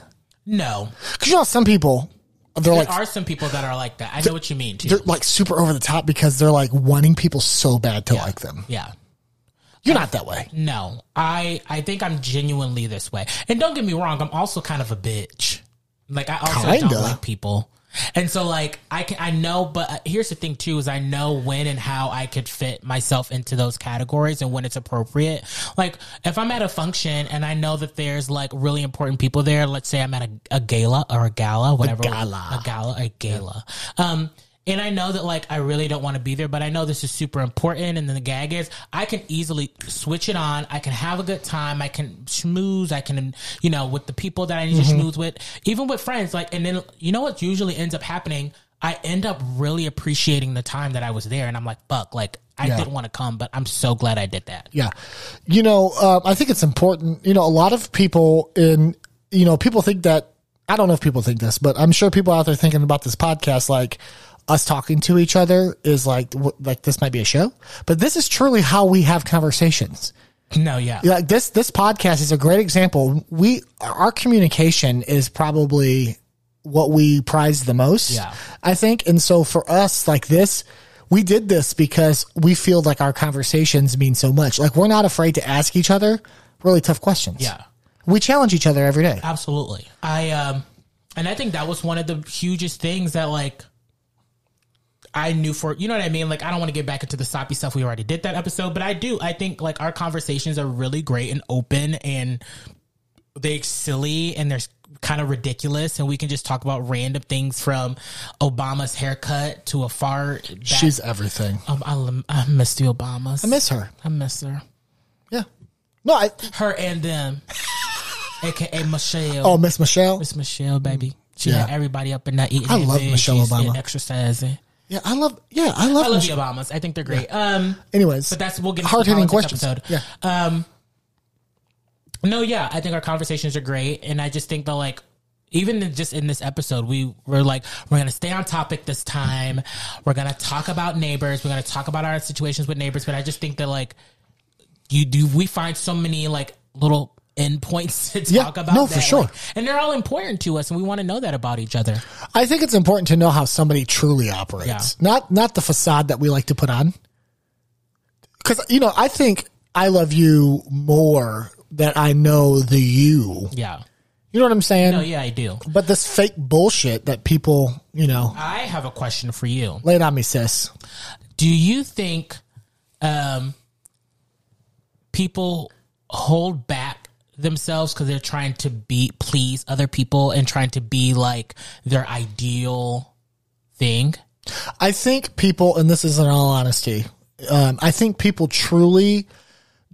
Speaker 2: No,
Speaker 1: Because you know, some people, they're
Speaker 2: there
Speaker 1: like,
Speaker 2: are some people that are like that. I know what you mean too.
Speaker 1: they're like super over the top because they're like wanting people so bad to like them.
Speaker 2: Yeah.
Speaker 1: You're not that way.
Speaker 2: No, I I think I'm genuinely this way. And don't get me wrong, I'm also kind of a bitch. Like I also
Speaker 1: Kinda.
Speaker 2: don't like people. And so like I can I know but uh, here's the thing too is I know when and how I could fit myself into those categories and when it's appropriate. Like if I'm at a function and I know that there's like really important people there, let's say I'm at a, a gala or a gala, whatever
Speaker 1: gala.
Speaker 2: a gala a gala. Um and I know that like I really don't want to be there, but I know this is super important. And then the gag is I can easily switch it on. I can have a good time. I can schmooze. I can you know with the people that I need to schmooze with, even with friends. Like and then you know what usually ends up happening. I end up really appreciating the time that I was there, and I'm like, fuck, like I
Speaker 1: Yeah.
Speaker 2: didn't want to come, but I'm so glad I did that.
Speaker 1: Yeah. You know, uh, I think it's important. You know, a lot of people in, you know, people think that, I don't know if people think this, but I'm sure people out there thinking about this podcast, like us talking to each other is like, w- like this might be a show, but this is truly how we have conversations.
Speaker 2: No, yeah,
Speaker 1: Like this, this podcast is a great example. We, our communication is probably what we prize the most.
Speaker 2: Yeah.
Speaker 1: I think. And so for us, like this, we did this because we feel like our conversations mean so much. Like we're not afraid to ask each other really tough questions.
Speaker 2: Yeah.
Speaker 1: We challenge each other every day.
Speaker 2: absolutely. I um, and I think that was one of the hugest things that like I knew for you know what I mean. Like I don't want to get back into the soppy stuff. We already did that episode, but I do. I think like our conversations are really great and open, and they're silly and they're kind of ridiculous, and we can just talk about random things from Obama's haircut to a fart. Back.
Speaker 1: She's everything.
Speaker 2: um, I, I miss the Obamas.
Speaker 1: I miss her.
Speaker 2: I miss her.
Speaker 1: Yeah. No, I,
Speaker 2: Her and them, aka Michelle.
Speaker 1: oh, Miss Michelle.
Speaker 2: It's Michelle, baby. She
Speaker 1: Yeah.
Speaker 2: had everybody up in that eating.
Speaker 1: I love
Speaker 2: and
Speaker 1: Michelle
Speaker 2: she's
Speaker 1: Obama.
Speaker 2: in Exercising.
Speaker 1: Yeah. I love, yeah, I love,
Speaker 2: I love
Speaker 1: Mich-
Speaker 2: the Obamas. I think they're great. Um,
Speaker 1: Anyways,
Speaker 2: but that's we'll get into the
Speaker 1: hard hitting
Speaker 2: politics
Speaker 1: questions.
Speaker 2: Episode.
Speaker 1: Yeah.
Speaker 2: No, yeah, I think our conversations are great, and I just think that like. Even in- just in this episode, we were like, we're gonna stay on topic this time. We're gonna talk about neighbors. We're gonna talk about our situations with neighbors. But I just think that like, you do we find so many like little endpoints to
Speaker 1: Yeah,
Speaker 2: talk about.
Speaker 1: no, for
Speaker 2: that,
Speaker 1: sure.
Speaker 2: like- and they're all important to us, and we want to know that about each other.
Speaker 1: I think it's important to know how somebody truly operates,
Speaker 2: Yeah.
Speaker 1: not not the facade that we like to put on. Because you know, I think I love you more that I know the you.
Speaker 2: Yeah.
Speaker 1: You know what I'm saying?
Speaker 2: No, yeah, I do.
Speaker 1: But this fake bullshit that people, you know,
Speaker 2: I have a question for you.
Speaker 1: lay it on me, sis.
Speaker 2: Do you think um, people hold back themselves because they're trying to be please other people and trying to be like their ideal thing?
Speaker 1: I think people, and this is in all honesty, um, I think people truly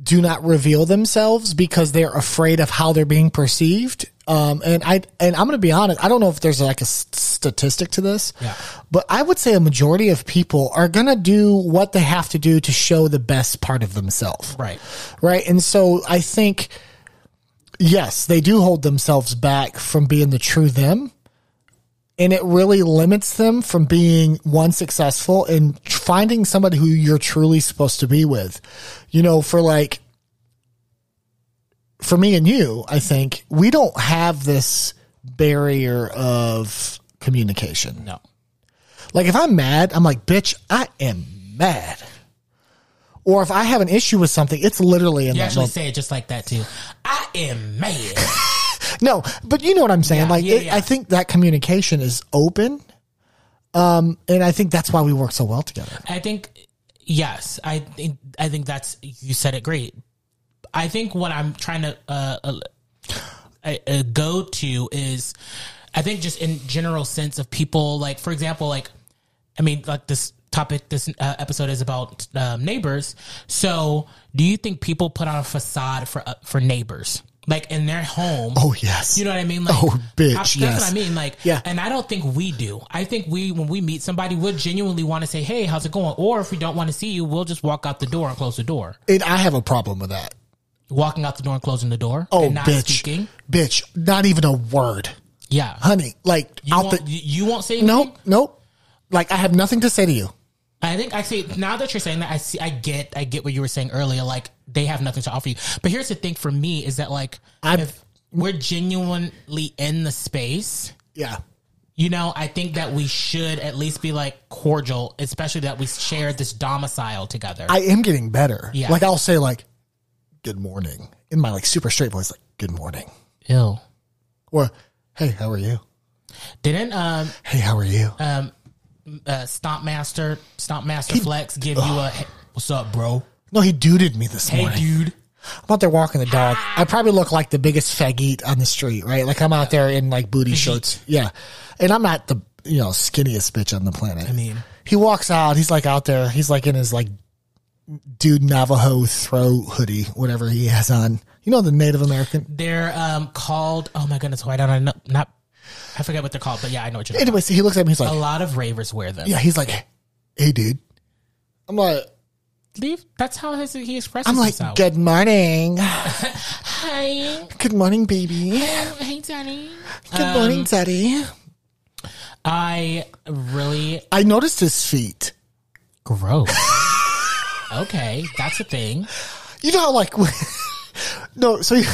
Speaker 1: do not reveal themselves because they're afraid of how they're being perceived. Um, and I and I'm going to be honest. I don't know if there's like a s- statistic to this,
Speaker 2: Yeah.
Speaker 1: but I would say a majority of people are going to do what they have to do to show the best part of themselves
Speaker 2: Right.
Speaker 1: right? And so I think, yes, they do hold themselves back from being the true them. And it really limits them from being one successful and finding somebody who you're truly supposed to be with. You know, for like, for me and you, I think we don't have this barrier of communication.
Speaker 2: No.
Speaker 1: Like if I'm mad, I'm like, bitch, I am mad. Or if I have an issue with something, it's literally in
Speaker 2: You
Speaker 1: that
Speaker 2: actually
Speaker 1: moment.
Speaker 2: say it just like that too. I am mad.
Speaker 1: No, but you know what I'm saying.
Speaker 2: Yeah,
Speaker 1: like
Speaker 2: yeah,
Speaker 1: it,
Speaker 2: yeah.
Speaker 1: I think that communication is open. Um, and I think that's why we work so well together.
Speaker 2: I think yes. I think I think that's you said it great. I think what I'm trying to uh, uh, uh, uh, go to is, I think just in general sense of people like, for example, like, I mean, like this topic, this uh, episode is about um, neighbors. So, do you think people put on a facade for uh, for neighbors, like in their home?
Speaker 1: Oh yes.
Speaker 2: You know what I mean? Like,
Speaker 1: Oh, bitch,
Speaker 2: I- That's
Speaker 1: yes.
Speaker 2: what I mean. Like,
Speaker 1: Yeah.
Speaker 2: And I don't think we do. I think we, when we meet somebody, we'll genuinely want to say, "Hey, how's it going?" Or if we don't want to see you, we'll just walk out the door and close the door.
Speaker 1: and I have a problem with that.
Speaker 2: Walking out the door and closing the door.
Speaker 1: Oh
Speaker 2: and not
Speaker 1: bitch.
Speaker 2: Speaking.
Speaker 1: Bitch, not even a word.
Speaker 2: Yeah.
Speaker 1: Honey, like
Speaker 2: You
Speaker 1: out
Speaker 2: won't,
Speaker 1: the
Speaker 2: you you won't say
Speaker 1: Nope, nope. Like I have nothing to say to you.
Speaker 2: I think I see now that you're saying that I see I get I get what you were saying earlier like they have nothing to offer you. But here's the thing for me is that like
Speaker 1: I'm-
Speaker 2: if we're genuinely in the space,
Speaker 1: Yeah.
Speaker 2: you know, I think that we should at least be like cordial, especially that we share this domicile together.
Speaker 1: I am getting better.
Speaker 2: Yeah.
Speaker 1: Like I'll say like, good morning in my like super straight voice, like good morning
Speaker 2: Ew.
Speaker 1: or hey, how are you?
Speaker 2: Didn't um
Speaker 1: Hey, how are you?
Speaker 2: um uh Stomp Master Stomp Master Flex give you a hey, what's up, bro?
Speaker 1: no, he duded me this
Speaker 2: Hey,
Speaker 1: morning.
Speaker 2: dude.
Speaker 1: I'm out there walking the dog. I probably look like the biggest faggot on the street, right? Like I'm out there in like booty shorts. Yeah. And I'm not the, you know, skinniest bitch on the planet. I
Speaker 2: mean-
Speaker 1: he walks out. He's like out there. He's like in his like dude Navajo throw hoodie, whatever he has on. You know, the Native American.
Speaker 2: They're um called. Oh my goodness, why don't I know? Not. I forget what they're called, but yeah, I know what you're.
Speaker 1: Anyway, so he looks at me. He's
Speaker 2: A
Speaker 1: like,
Speaker 2: lot of ravers wear them.
Speaker 1: yeah, he's like, hey, dude. I'm like,
Speaker 2: Leave. That's how his, he expresses
Speaker 1: I'm like,
Speaker 2: himself.
Speaker 1: good morning.
Speaker 2: Hi,
Speaker 1: Good morning, baby.
Speaker 2: oh, hey, Danny.
Speaker 1: Good morning, daddy.
Speaker 2: I really
Speaker 1: I noticed his feet.
Speaker 2: gross. okay, that's a thing.
Speaker 1: You know how like no, so you-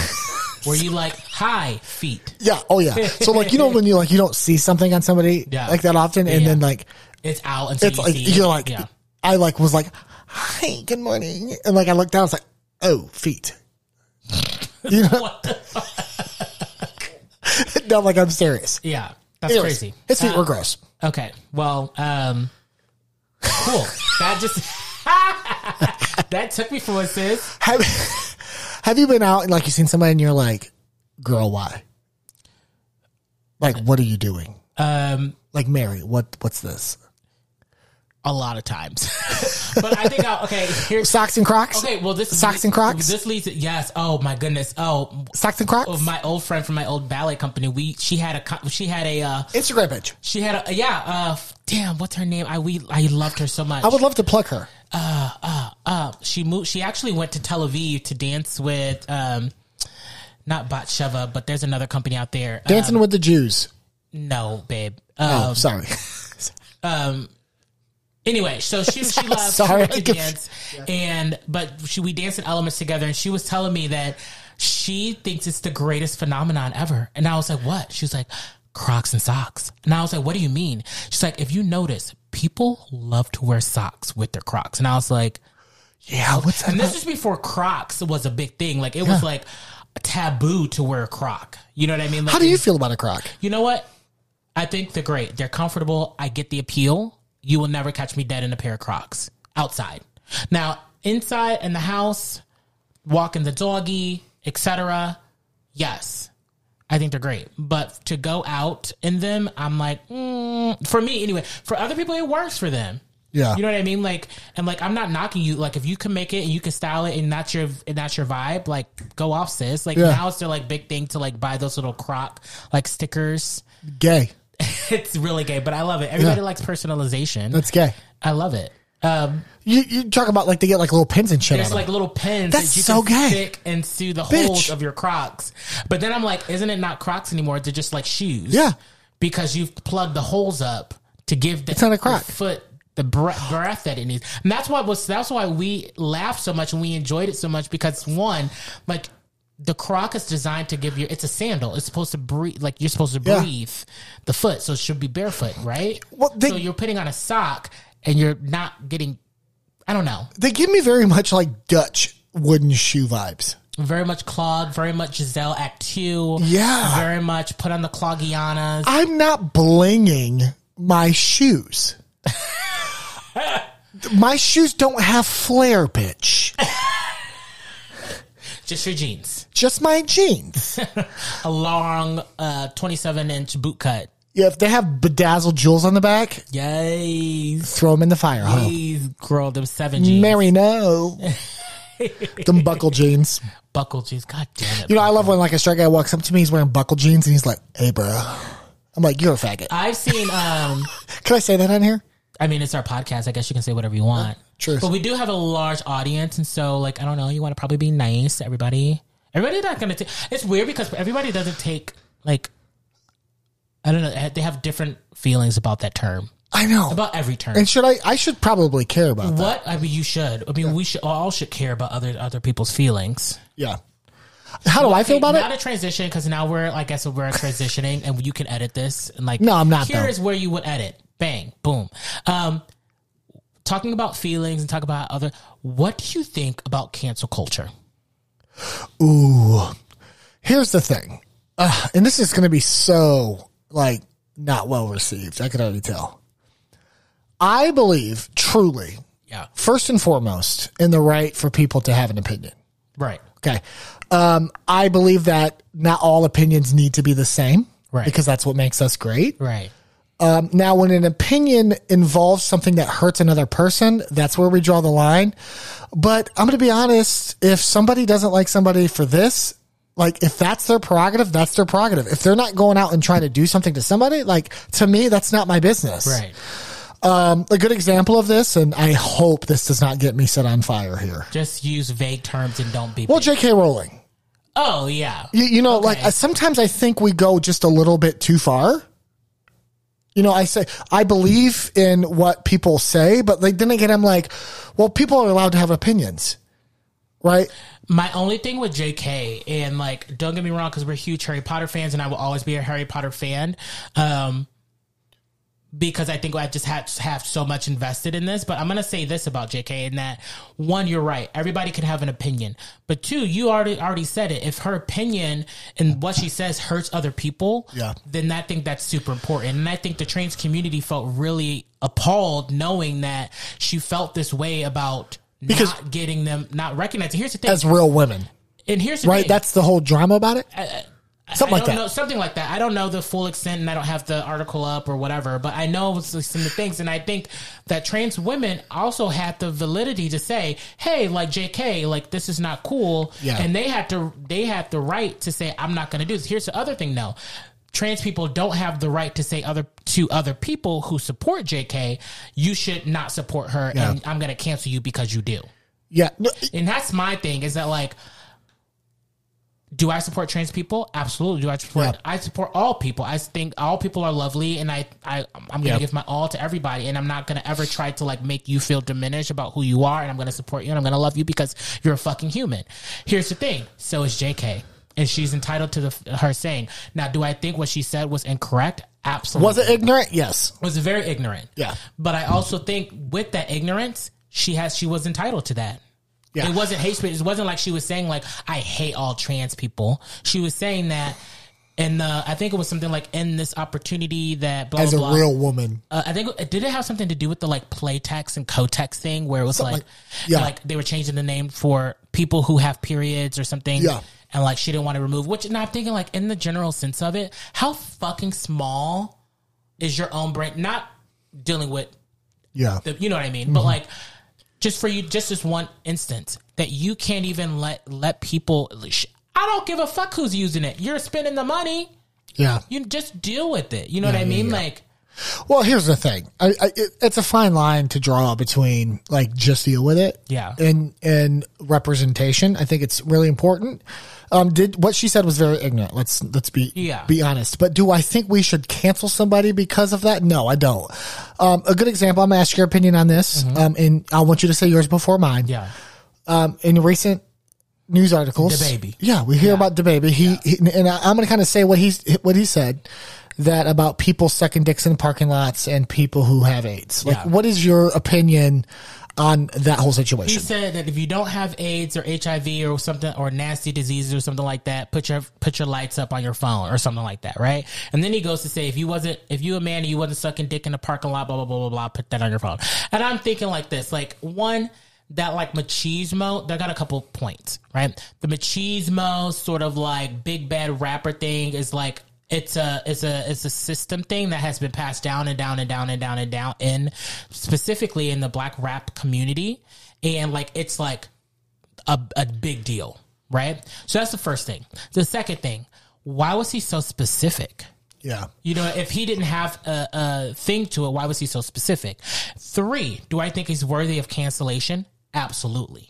Speaker 2: Where you like hi feet?
Speaker 1: yeah, oh yeah. So like you know when you like you don't see something on somebody
Speaker 2: Yeah.
Speaker 1: like that often, and
Speaker 2: Yeah,
Speaker 1: then
Speaker 2: yeah.
Speaker 1: like
Speaker 2: It's out until
Speaker 1: it's
Speaker 2: you
Speaker 1: like
Speaker 2: see.
Speaker 1: you're like
Speaker 2: yeah.
Speaker 1: I like was like hi, good morning, and like I looked down, I was like oh feet. You know,
Speaker 2: What the-
Speaker 1: no, like I'm serious.
Speaker 2: yeah, that's
Speaker 1: Anyways,
Speaker 2: crazy. Uh,
Speaker 1: His feet were gross.
Speaker 2: Okay. Well, um, cool. that just that took me for what it is.
Speaker 1: Have Have you been out and like you seen somebody and you're like, girl, why? Like, what are you doing?
Speaker 2: Um,
Speaker 1: Like, Mary, what what's this?
Speaker 2: a lot of times, but I think I'll, okay. Here's
Speaker 1: Socks and Crocs.
Speaker 2: okay. Well, this
Speaker 1: Socks and Crocs?
Speaker 2: This leads. Yes. Oh my goodness. Oh,
Speaker 1: Socks and Crocs.
Speaker 2: my old friend from my old ballet company. We she had a co- she had a uh,
Speaker 1: Instagram page.
Speaker 2: she had a yeah. Uh, f- damn, what's her name? I we I loved her so much.
Speaker 1: I would love to plug
Speaker 2: Um,
Speaker 1: her.
Speaker 2: uh, she moved. She actually went to Tel Aviv to dance with um, not Batsheva, but there's another company out there. Uh,
Speaker 1: Dancing with the Jews.
Speaker 2: no, babe.
Speaker 1: Oh,
Speaker 2: Uh,
Speaker 1: sorry.
Speaker 2: Anyway, so she she left.
Speaker 1: Sorry,
Speaker 2: she
Speaker 1: I
Speaker 2: went to
Speaker 1: can-
Speaker 2: dance, and but she we danced in elements together, and she was telling me that she thinks it's the greatest phenomenon ever, and I was like, what? She was like, Crocs and socks, and I was like, what do you mean? She's like, if you notice, people love to wear socks with their Crocs, and I was like,
Speaker 1: yeah, what's that?
Speaker 2: and this is before Crocs was a big thing, like it was like taboo to wear a Croc. You know what I mean? Like,
Speaker 1: How do you feel about a croc?
Speaker 2: you know what? I think they're great. They're comfortable. I get the appeal. You will never catch me dead in a pair of Crocs outside. Now, inside in the house, walking the doggy, etc. Yes, I think they're great. But to go out in them, I'm like, mm, for me anyway. For other people, it works for them.
Speaker 1: Yeah.
Speaker 2: You know what I mean? Like, and like, I'm not knocking you. Like, if you can make it and you can style it, and that's your and that's your vibe, like, go off, sis. Like
Speaker 1: Yeah.
Speaker 2: now, it's their like big thing to like buy those little croc like stickers.
Speaker 1: Gay.
Speaker 2: it's really gay, but I love it. Everybody
Speaker 1: Yeah.
Speaker 2: likes personalization.
Speaker 1: That's gay.
Speaker 2: I love it. Um,
Speaker 1: You you talk about like they get like little pins and shit.
Speaker 2: there's
Speaker 1: on
Speaker 2: like little pins
Speaker 1: That's
Speaker 2: that you
Speaker 1: so
Speaker 2: can
Speaker 1: gay.
Speaker 2: stick into the
Speaker 1: Bitch.
Speaker 2: holes of your Crocs. But then I'm like, isn't it not Crocs anymore? They're just like shoes.
Speaker 1: Yeah.
Speaker 2: because you've plugged the holes up to give the,
Speaker 1: not a Croc.
Speaker 2: the foot the bre- breath that it needs. And that's why was that's why we laughed so much and we enjoyed it so much because one like. The croc is designed to give you. It's a sandal. It's supposed to breathe. Like you're supposed to
Speaker 1: Yeah.
Speaker 2: breathe the foot, so it should be barefoot, right?
Speaker 1: Well, they-
Speaker 2: so you're putting on a sock, and you're not getting. I don't know.
Speaker 1: them. They give me very much like Dutch wooden shoe vibes.
Speaker 2: Very much Claude, very much Giselle Act Two.
Speaker 1: Yeah.
Speaker 2: Very much put on the Clogianas.
Speaker 1: I'm not blinging my shoes. my shoes don't have flair, bitch.
Speaker 2: Just your jeans.
Speaker 1: Just my jeans.
Speaker 2: A long uh, 27 inch boot cut.
Speaker 1: Yeah, if they have bedazzled jewels on the back,
Speaker 2: Yes.
Speaker 1: throw them in the fire. Huh?
Speaker 2: Please, girl, them seven jeans.
Speaker 1: Mary, no. them buckle jeans.
Speaker 2: Buckle jeans. God damn it.
Speaker 1: You know, I love when like a straight guy walks up to me, he's wearing buckle jeans, and he's like, "Hey, bro," I'm like, "You're a faggot."
Speaker 2: I've seen, um,
Speaker 1: Can I say that on here?
Speaker 2: I mean, it's our podcast. I guess you can say whatever you want.
Speaker 1: True.
Speaker 2: But we do have a large audience. And so, like, I don't know, you want to probably be nice to everybody. Everybody's not going to take, it's weird because everybody doesn't take, like, I don't know, they have different feelings about that term,
Speaker 1: I know.
Speaker 2: about every term.
Speaker 1: and should I? I should probably care about that.
Speaker 2: What I mean, you should. I mean, we should all should care about other other people's feelings.
Speaker 1: Yeah. How do I feel about
Speaker 2: Not
Speaker 1: it?
Speaker 2: a transition because now we're, I guess, we're transitioning, and you can edit this. And like,
Speaker 1: No, I'm not,
Speaker 2: Here
Speaker 1: though.
Speaker 2: is where you would edit. Bang, boom. Um, talking about feelings and talk about other. What do you think about cancel culture?
Speaker 1: Ooh. Here's the thing. Uh, and this is going to be so, like, not well received. I can already tell. I believe truly,
Speaker 2: Yeah.
Speaker 1: first and foremost, in the right for people to have an opinion.
Speaker 2: Right.
Speaker 1: Okay. Um, I believe that not all opinions need to be the same.
Speaker 2: Right.
Speaker 1: Because that's what makes us great.
Speaker 2: Right.
Speaker 1: Um, now, when an opinion involves something that hurts another person, that's where we draw the line. But I'm going to be honest if somebody doesn't like somebody for this, like if that's their prerogative, that's their prerogative. If they're not going out and trying to do something to somebody, like to me, that's not my business.
Speaker 2: Right.
Speaker 1: A good example of this, and I hope this does not get me set on fire here.
Speaker 2: Just use vague terms and don't be.
Speaker 1: Well,
Speaker 2: big.
Speaker 1: J.K. Rowling,
Speaker 2: oh yeah.
Speaker 1: you, you know, like like sometimes I think we go just a little bit too far. You know, I say I believe in what people say, but like then again, I'm like, well, people are allowed to have opinions, right?
Speaker 2: My only thing with JK, and like, don't get me wrong, because we're huge Harry Potter fans, and I will always be a Harry Potter fan, um, because I think I just have have so much invested in this. But I'm gonna say this about JK, and that one, you're right. Everybody can have an opinion, but two, you already already said it. If her opinion and what she says hurts other people,
Speaker 1: Yeah.
Speaker 2: then I think that's super important. And I think the trans community felt really appalled knowing that she felt this way about.
Speaker 1: Because-
Speaker 2: not getting them not recognizing. Here's the thing:
Speaker 1: As real women,
Speaker 2: and here's the
Speaker 1: right?
Speaker 2: thing.
Speaker 1: That's the whole drama about it. Something
Speaker 2: I
Speaker 1: like
Speaker 2: don't
Speaker 1: that.
Speaker 2: know something like that. I don't know the full extent, and I don't have the article up or whatever. But I know some of the things, and I think that trans women also had the validity to say, "Hey, like J.K., like this is not cool,"
Speaker 1: Yeah.
Speaker 2: and they had to they had the right to say, "I'm not going to do this." Here's the other thing, though. Trans people don't have the right to say other to other people who support JK, you should not support her,
Speaker 1: Yeah.
Speaker 2: and I'm going to cancel you because you do.
Speaker 1: Yeah, no,
Speaker 2: And that's my thing is that like, do I support trans people? Absolutely. Do I support?
Speaker 1: Yeah.
Speaker 2: I support all people. I think all people are lovely, and I, I I'm gonna
Speaker 1: Yeah.
Speaker 2: give my all to everybody, and I'm not gonna ever try to like make you feel diminished about who you are, and I'm gonna support you, and I'm gonna love you because you're a fucking human. Here's the thing. So is J.K. And she's entitled to the, her saying. Now, do I think what she said was incorrect? Absolutely
Speaker 1: was it ignorant? Yes.
Speaker 2: was very ignorant.
Speaker 1: Yeah.
Speaker 2: But I also think with that ignorance, she has she was entitled to that.
Speaker 1: Yeah.
Speaker 2: It wasn't hate speech. It wasn't like she was saying like I hate all trans people. She was saying that and uh, I think it was something like in this opportunity that blah
Speaker 1: As
Speaker 2: blah
Speaker 1: a
Speaker 2: blah.
Speaker 1: real woman,
Speaker 2: uh, I think did it have something to do with the like play text and cotex thing where it was like,
Speaker 1: yeah.
Speaker 2: like they were changing the name for people who have periods or something.
Speaker 1: Yeah.
Speaker 2: And like she didn't want to remove which and I'm thinking like in the general sense of it, how fucking small is your own brain not dealing with
Speaker 1: yeah,
Speaker 2: the you know what I mean but like just for you just this one instance that you can't even let let people I don't give a fuck who's using it you're spending the money
Speaker 1: yeah.
Speaker 2: you just deal with it you know what I mean like
Speaker 1: Well, here's the thing. I, I, it, it's a fine line to draw between like just deal with it,
Speaker 2: Yeah.
Speaker 1: and and representation. I think it's really important. Um, did what she said was very ignorant. Let's let's be
Speaker 2: Yeah.
Speaker 1: be honest. But do I think we should cancel somebody because of that? No, I don't. Um, a good example. I'm gonna ask your opinion on this, um, and I want you to say yours before mine.
Speaker 2: Mm-hmm. yeah
Speaker 1: Um, in recent news articles,
Speaker 2: DaBaby.
Speaker 1: Yeah, we hear about the baby. He, he- and I, I'm going to kind of say what he's what he said that about people sucking dicks in parking lots and people who have AIDS. Like,
Speaker 2: Yeah.
Speaker 1: what is your opinion on that whole
Speaker 2: He
Speaker 1: situation?
Speaker 2: said that if you don't have AIDS or HIV or something or nasty diseases or something like that, put your put your lights up on your phone or something like that, right? And then he goes to say if you wasn't if you a man and you wasn't sucking dick in the parking lot, blah blah blah blah blah, put that on your phone. And I'm thinking like this, like one that like machismo, they got a couple points, right? The machismo sort of like big bad rapper thing is like it's a it's a it's a system thing that has been passed down and down and down and down and down in specifically in the black rap community and like it's like a, a big deal right so that's the first thing the second thing why was he so specific
Speaker 1: yeah,
Speaker 2: you know, if he didn't have a, a thing to it, why was he so specific? Three, do I think he's worthy of cancellation? Absolutely.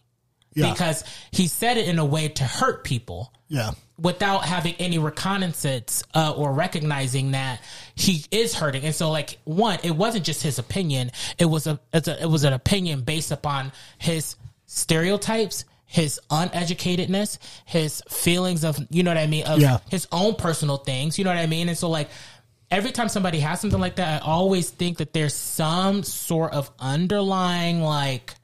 Speaker 1: Yeah.
Speaker 2: Because he said it in a way to hurt people
Speaker 1: yeah,
Speaker 2: without having any reconnaissance uh, or recognizing that he is hurting. And so, like one, it wasn't just his opinion; it was a, it's a it was an opinion based upon his stereotypes, his uneducatedness, his feelings of you know what I mean of
Speaker 1: Yeah.
Speaker 2: his own personal things. You know what I mean? And so, like. Every time somebody has something like that, I always think that there's some sort of underlying like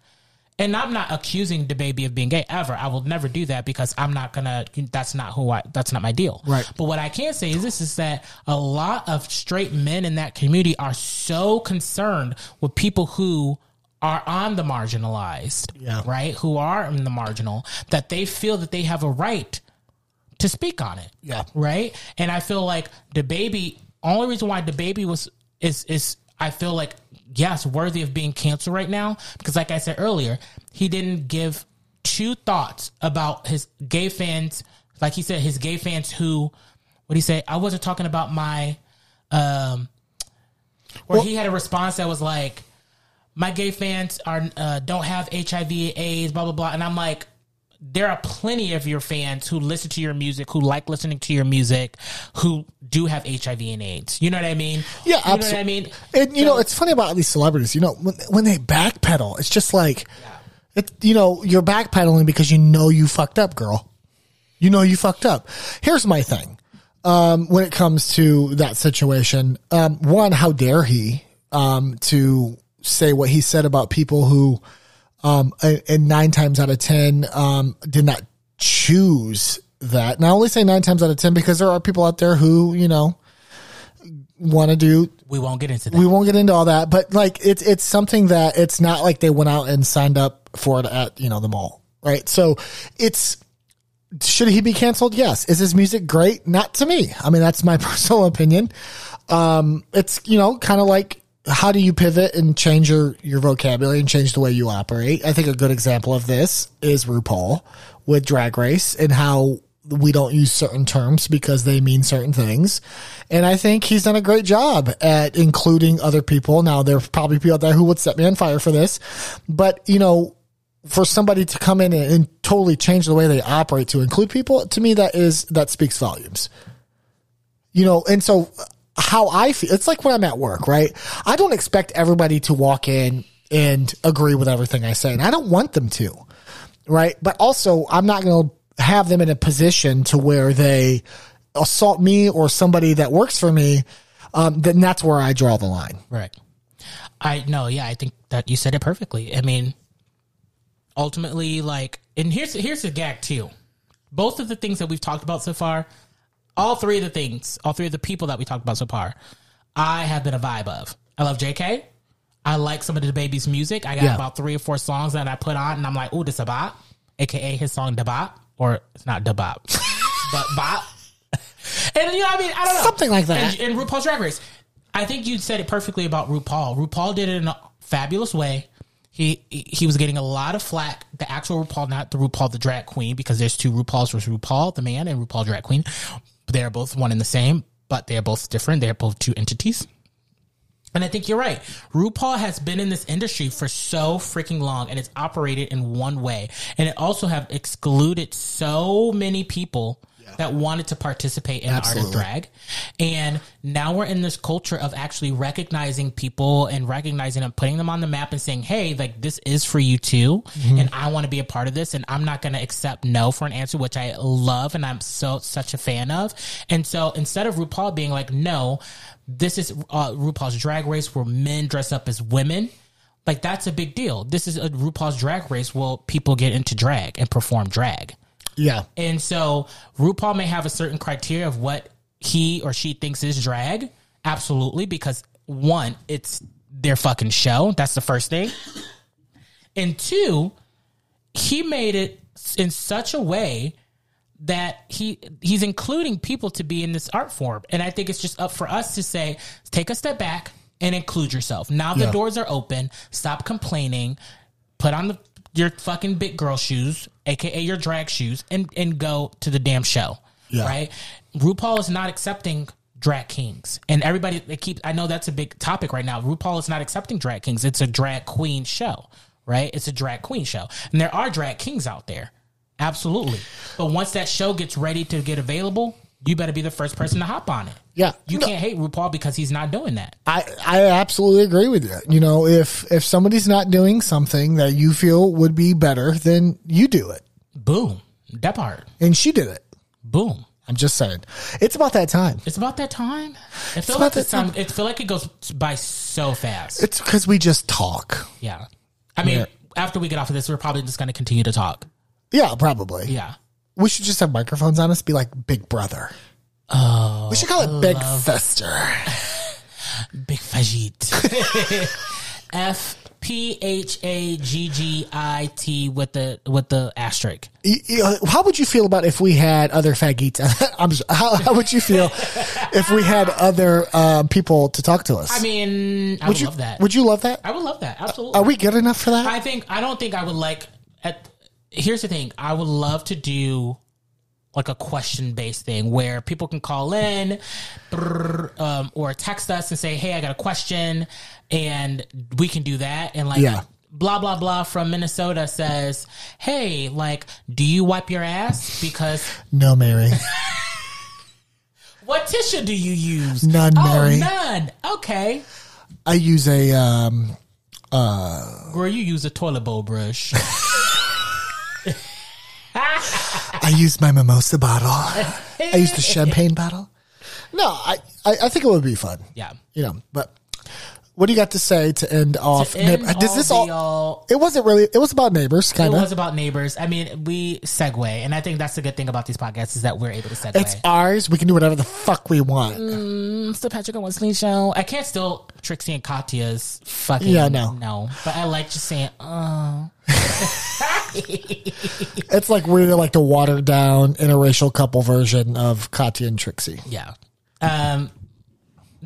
Speaker 2: And I'm not accusing the baby of being gay ever. I will never do that because I'm not gonna. That's not who I. That's not my deal.
Speaker 1: Right.
Speaker 2: But what I can say is this: is that a lot of straight men in that community are so concerned with people who are on the marginalized,
Speaker 1: Yeah.
Speaker 2: right? Who are in the marginal that they feel that they have a right to speak on it.
Speaker 1: Yeah.
Speaker 2: Right? And I feel like the baby only reason why the baby was is is I feel like yes, worthy of being canceled right now because like I said earlier, he didn't give two thoughts about his gay fans, like he said his gay fans who what he say? I wasn't talking about my um where he had a response that was like my gay fans are uh, don't have HIV AIDS blah blah blah and I'm like there are plenty of your fans who listen to your music, who like listening to your music, who do have HIV and AIDS. You know what I mean?
Speaker 1: Yeah,
Speaker 2: you know
Speaker 1: absolutely.
Speaker 2: what I mean.
Speaker 1: And you know, it's funny about these celebrities. You know, when, when they backpedal, it's just like, it, you know, you're backpedaling because you know you fucked up, girl. You know you fucked up. Here's my thing. Um, when it comes to that situation, um, one, how dare he um, to say what he said about people who, um, and and nine times out of ten, um, did not choose that. And I only say nine times out of ten because there are people out there who, you know, want to do
Speaker 2: We won't get into that.
Speaker 1: we won't get into all that, but like it's it's something that it's not like they went out and signed up for it at you know the mall, right? So it's should he be canceled? Yes. Is his music great? Not to me. I mean, that's my personal opinion. Um, it's you know kind of like how do you pivot and change your your vocabulary and change the way you operate? I think a good example of this is RuPaul with Drag Race and how we don't use certain terms because they mean certain things. And I think he's done a great job at including other people. Now there's probably people out there who would set me on fire for this, but you know for somebody to come in and, and totally change the way they operate to include people to me that is that speaks volumes you know and so how i feel it's like when i'm at work right i don't expect everybody to walk in and agree with everything i say and i don't want them to right but also i'm not going to have them in a position to where they assault me or somebody that works for me um, then that's where i draw the line
Speaker 2: Right. I no, yeah, I think that you said it perfectly. I mean, ultimately, like, and here's here's the gag too. Both of the things that we've talked about so far, all three of the things, all three of the people that we talked about so far, I have been a vibe of. I love JK. I like some of the baby's music. I got
Speaker 1: Yeah.
Speaker 2: about three or four songs that I put on, and I'm like, "Ooh, this a bop," aka his song "Da Bop," or it's not "Da Bop," but "Bop." And you know, what I mean, I don't know
Speaker 1: Something like that.
Speaker 2: And, and RuPaul's Drag Race, I think you said it perfectly about RuPaul. RuPaul did it in a fabulous way. He he- he was getting a lot of flack. The actual RuPaul, not the RuPaul the drag queen, because there's two RuPauls. There's RuPaul the man and RuPaul drag queen. They are both one and the same, but they are both different. They are both two entities. And I think you're right. RuPaul has been in this industry for so freaking long and it's operated in one way. And it also have excluded so many people that wanted to participate in the art of drag. And now we're in this culture of actually recognizing people and recognizing them, putting them on the map and saying, Hey, like this is for you too. And I want to be a part of this. And I'm not going to accept no for an answer, which I love. And I'm so such a fan of. And so instead of RuPaul being like, no, this is uh, RuPaul's Drag Race where men dress up as women. Like that's a big deal. This is a RuPaul's Drag Race where people get into drag and perform drag.
Speaker 1: yeah
Speaker 2: And so RuPaul may have a certain criteria of what he or she thinks is drag. Absolutely, because one, it's their fucking show. That's the first thing. And two, he made it in such a way that he he's including people to be in this art form. And I think it's just up for us to say, take a step back and include yourself. Now the
Speaker 1: Yeah.
Speaker 2: doors are open. Stop complaining. Put on the your fucking big girl shoes, aka your drag shoes, and and go to the damn show.
Speaker 1: Yeah.
Speaker 2: Right? RuPaul is not accepting drag kings. And everybody they keep I know that's a big topic right now. RuPaul is not accepting drag kings. It's a drag queen show, right? It's a drag queen show. And there are drag kings out there. Absolutely. But once that show gets ready to get available, you better be the first person to hop on it.
Speaker 1: Yeah.
Speaker 2: You
Speaker 1: No.
Speaker 2: can't hate RuPaul because he's not doing that.
Speaker 1: I, I absolutely agree with you. You know, if if somebody's not doing something that you feel would be better, then you do it.
Speaker 2: Boom. That part.
Speaker 1: And she did it.
Speaker 2: Boom.
Speaker 1: I'm just saying. It's about that time.
Speaker 2: It's about that time. It feels
Speaker 1: about
Speaker 2: like the
Speaker 1: that time.
Speaker 2: time. It feel like it goes by so fast.
Speaker 1: It's because we just talk.
Speaker 2: yeah, I mean, after we get off of this, we're probably just going to continue to talk.
Speaker 1: Yeah, probably.
Speaker 2: Yeah.
Speaker 1: We should just have microphones on us. Be like Big Brother. Oh, we should call it Big Fester.
Speaker 2: Big Fajit. F P H A G G I T with the with the asterisk.
Speaker 1: You- you- how would you feel about if we had other faggots? I'm s- how, how would you feel if we had other um, people to talk to us?
Speaker 2: I mean, I would,
Speaker 1: would you
Speaker 2: love that.
Speaker 1: Would you love that?
Speaker 2: I would love that. Absolutely.
Speaker 1: Are we good enough for that?
Speaker 2: I think I don't think I would like. At, here's the thing: I would love to do like a question based thing where people can call in brrr, um, or text us and say, "Hey, I got a question," and we can do that. And like,
Speaker 1: Yeah.
Speaker 2: blah blah blah from Minnesota says, "Hey, like, do you wipe your ass? Because
Speaker 1: no, Mary.
Speaker 2: what tissue do you use?
Speaker 1: None,
Speaker 2: oh,
Speaker 1: Mary.
Speaker 2: none. Okay,
Speaker 1: I use a um,
Speaker 2: girl, you use a toilet bowl brush."
Speaker 1: I use my mimosa bottle. I use the champagne bottle. No, I, I, I think it would be fun.
Speaker 2: yeah.
Speaker 1: You know, but what do you got to say to end off?
Speaker 2: End
Speaker 1: Neighbor- Does this
Speaker 2: be
Speaker 1: all? It wasn't really. It was about neighbors,
Speaker 2: It
Speaker 1: kind
Speaker 2: was
Speaker 1: of.
Speaker 2: about neighbors. I mean, we segue, and I think that's the good thing about these podcasts is that we're able to segue.
Speaker 1: It's ours. We can do whatever the fuck we want.
Speaker 2: Mm. It's the Patrick and Wesley show. I can't still Trixie and Katya's fucking
Speaker 1: Yeah, no.
Speaker 2: no. But I like just saying, oh,
Speaker 1: It's like we're like the watered down interracial couple version of Katya and Trixie.
Speaker 2: yeah. Um,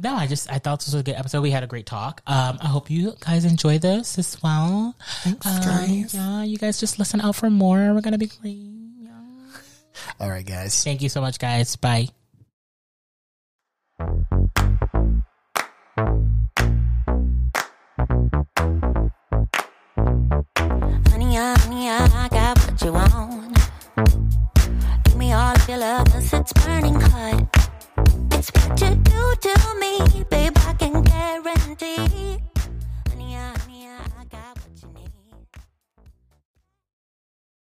Speaker 2: no, I just I thought this was a good episode. We had a great talk. Um, I hope you guys enjoy this as well. Thanks,
Speaker 1: guys.
Speaker 2: Yeah, you guys just listen out for more. We're gonna be great.
Speaker 1: All right, guys.
Speaker 2: Thank you so much, guys. Bye.
Speaker 3: Honey, I, honey, I I got what you want.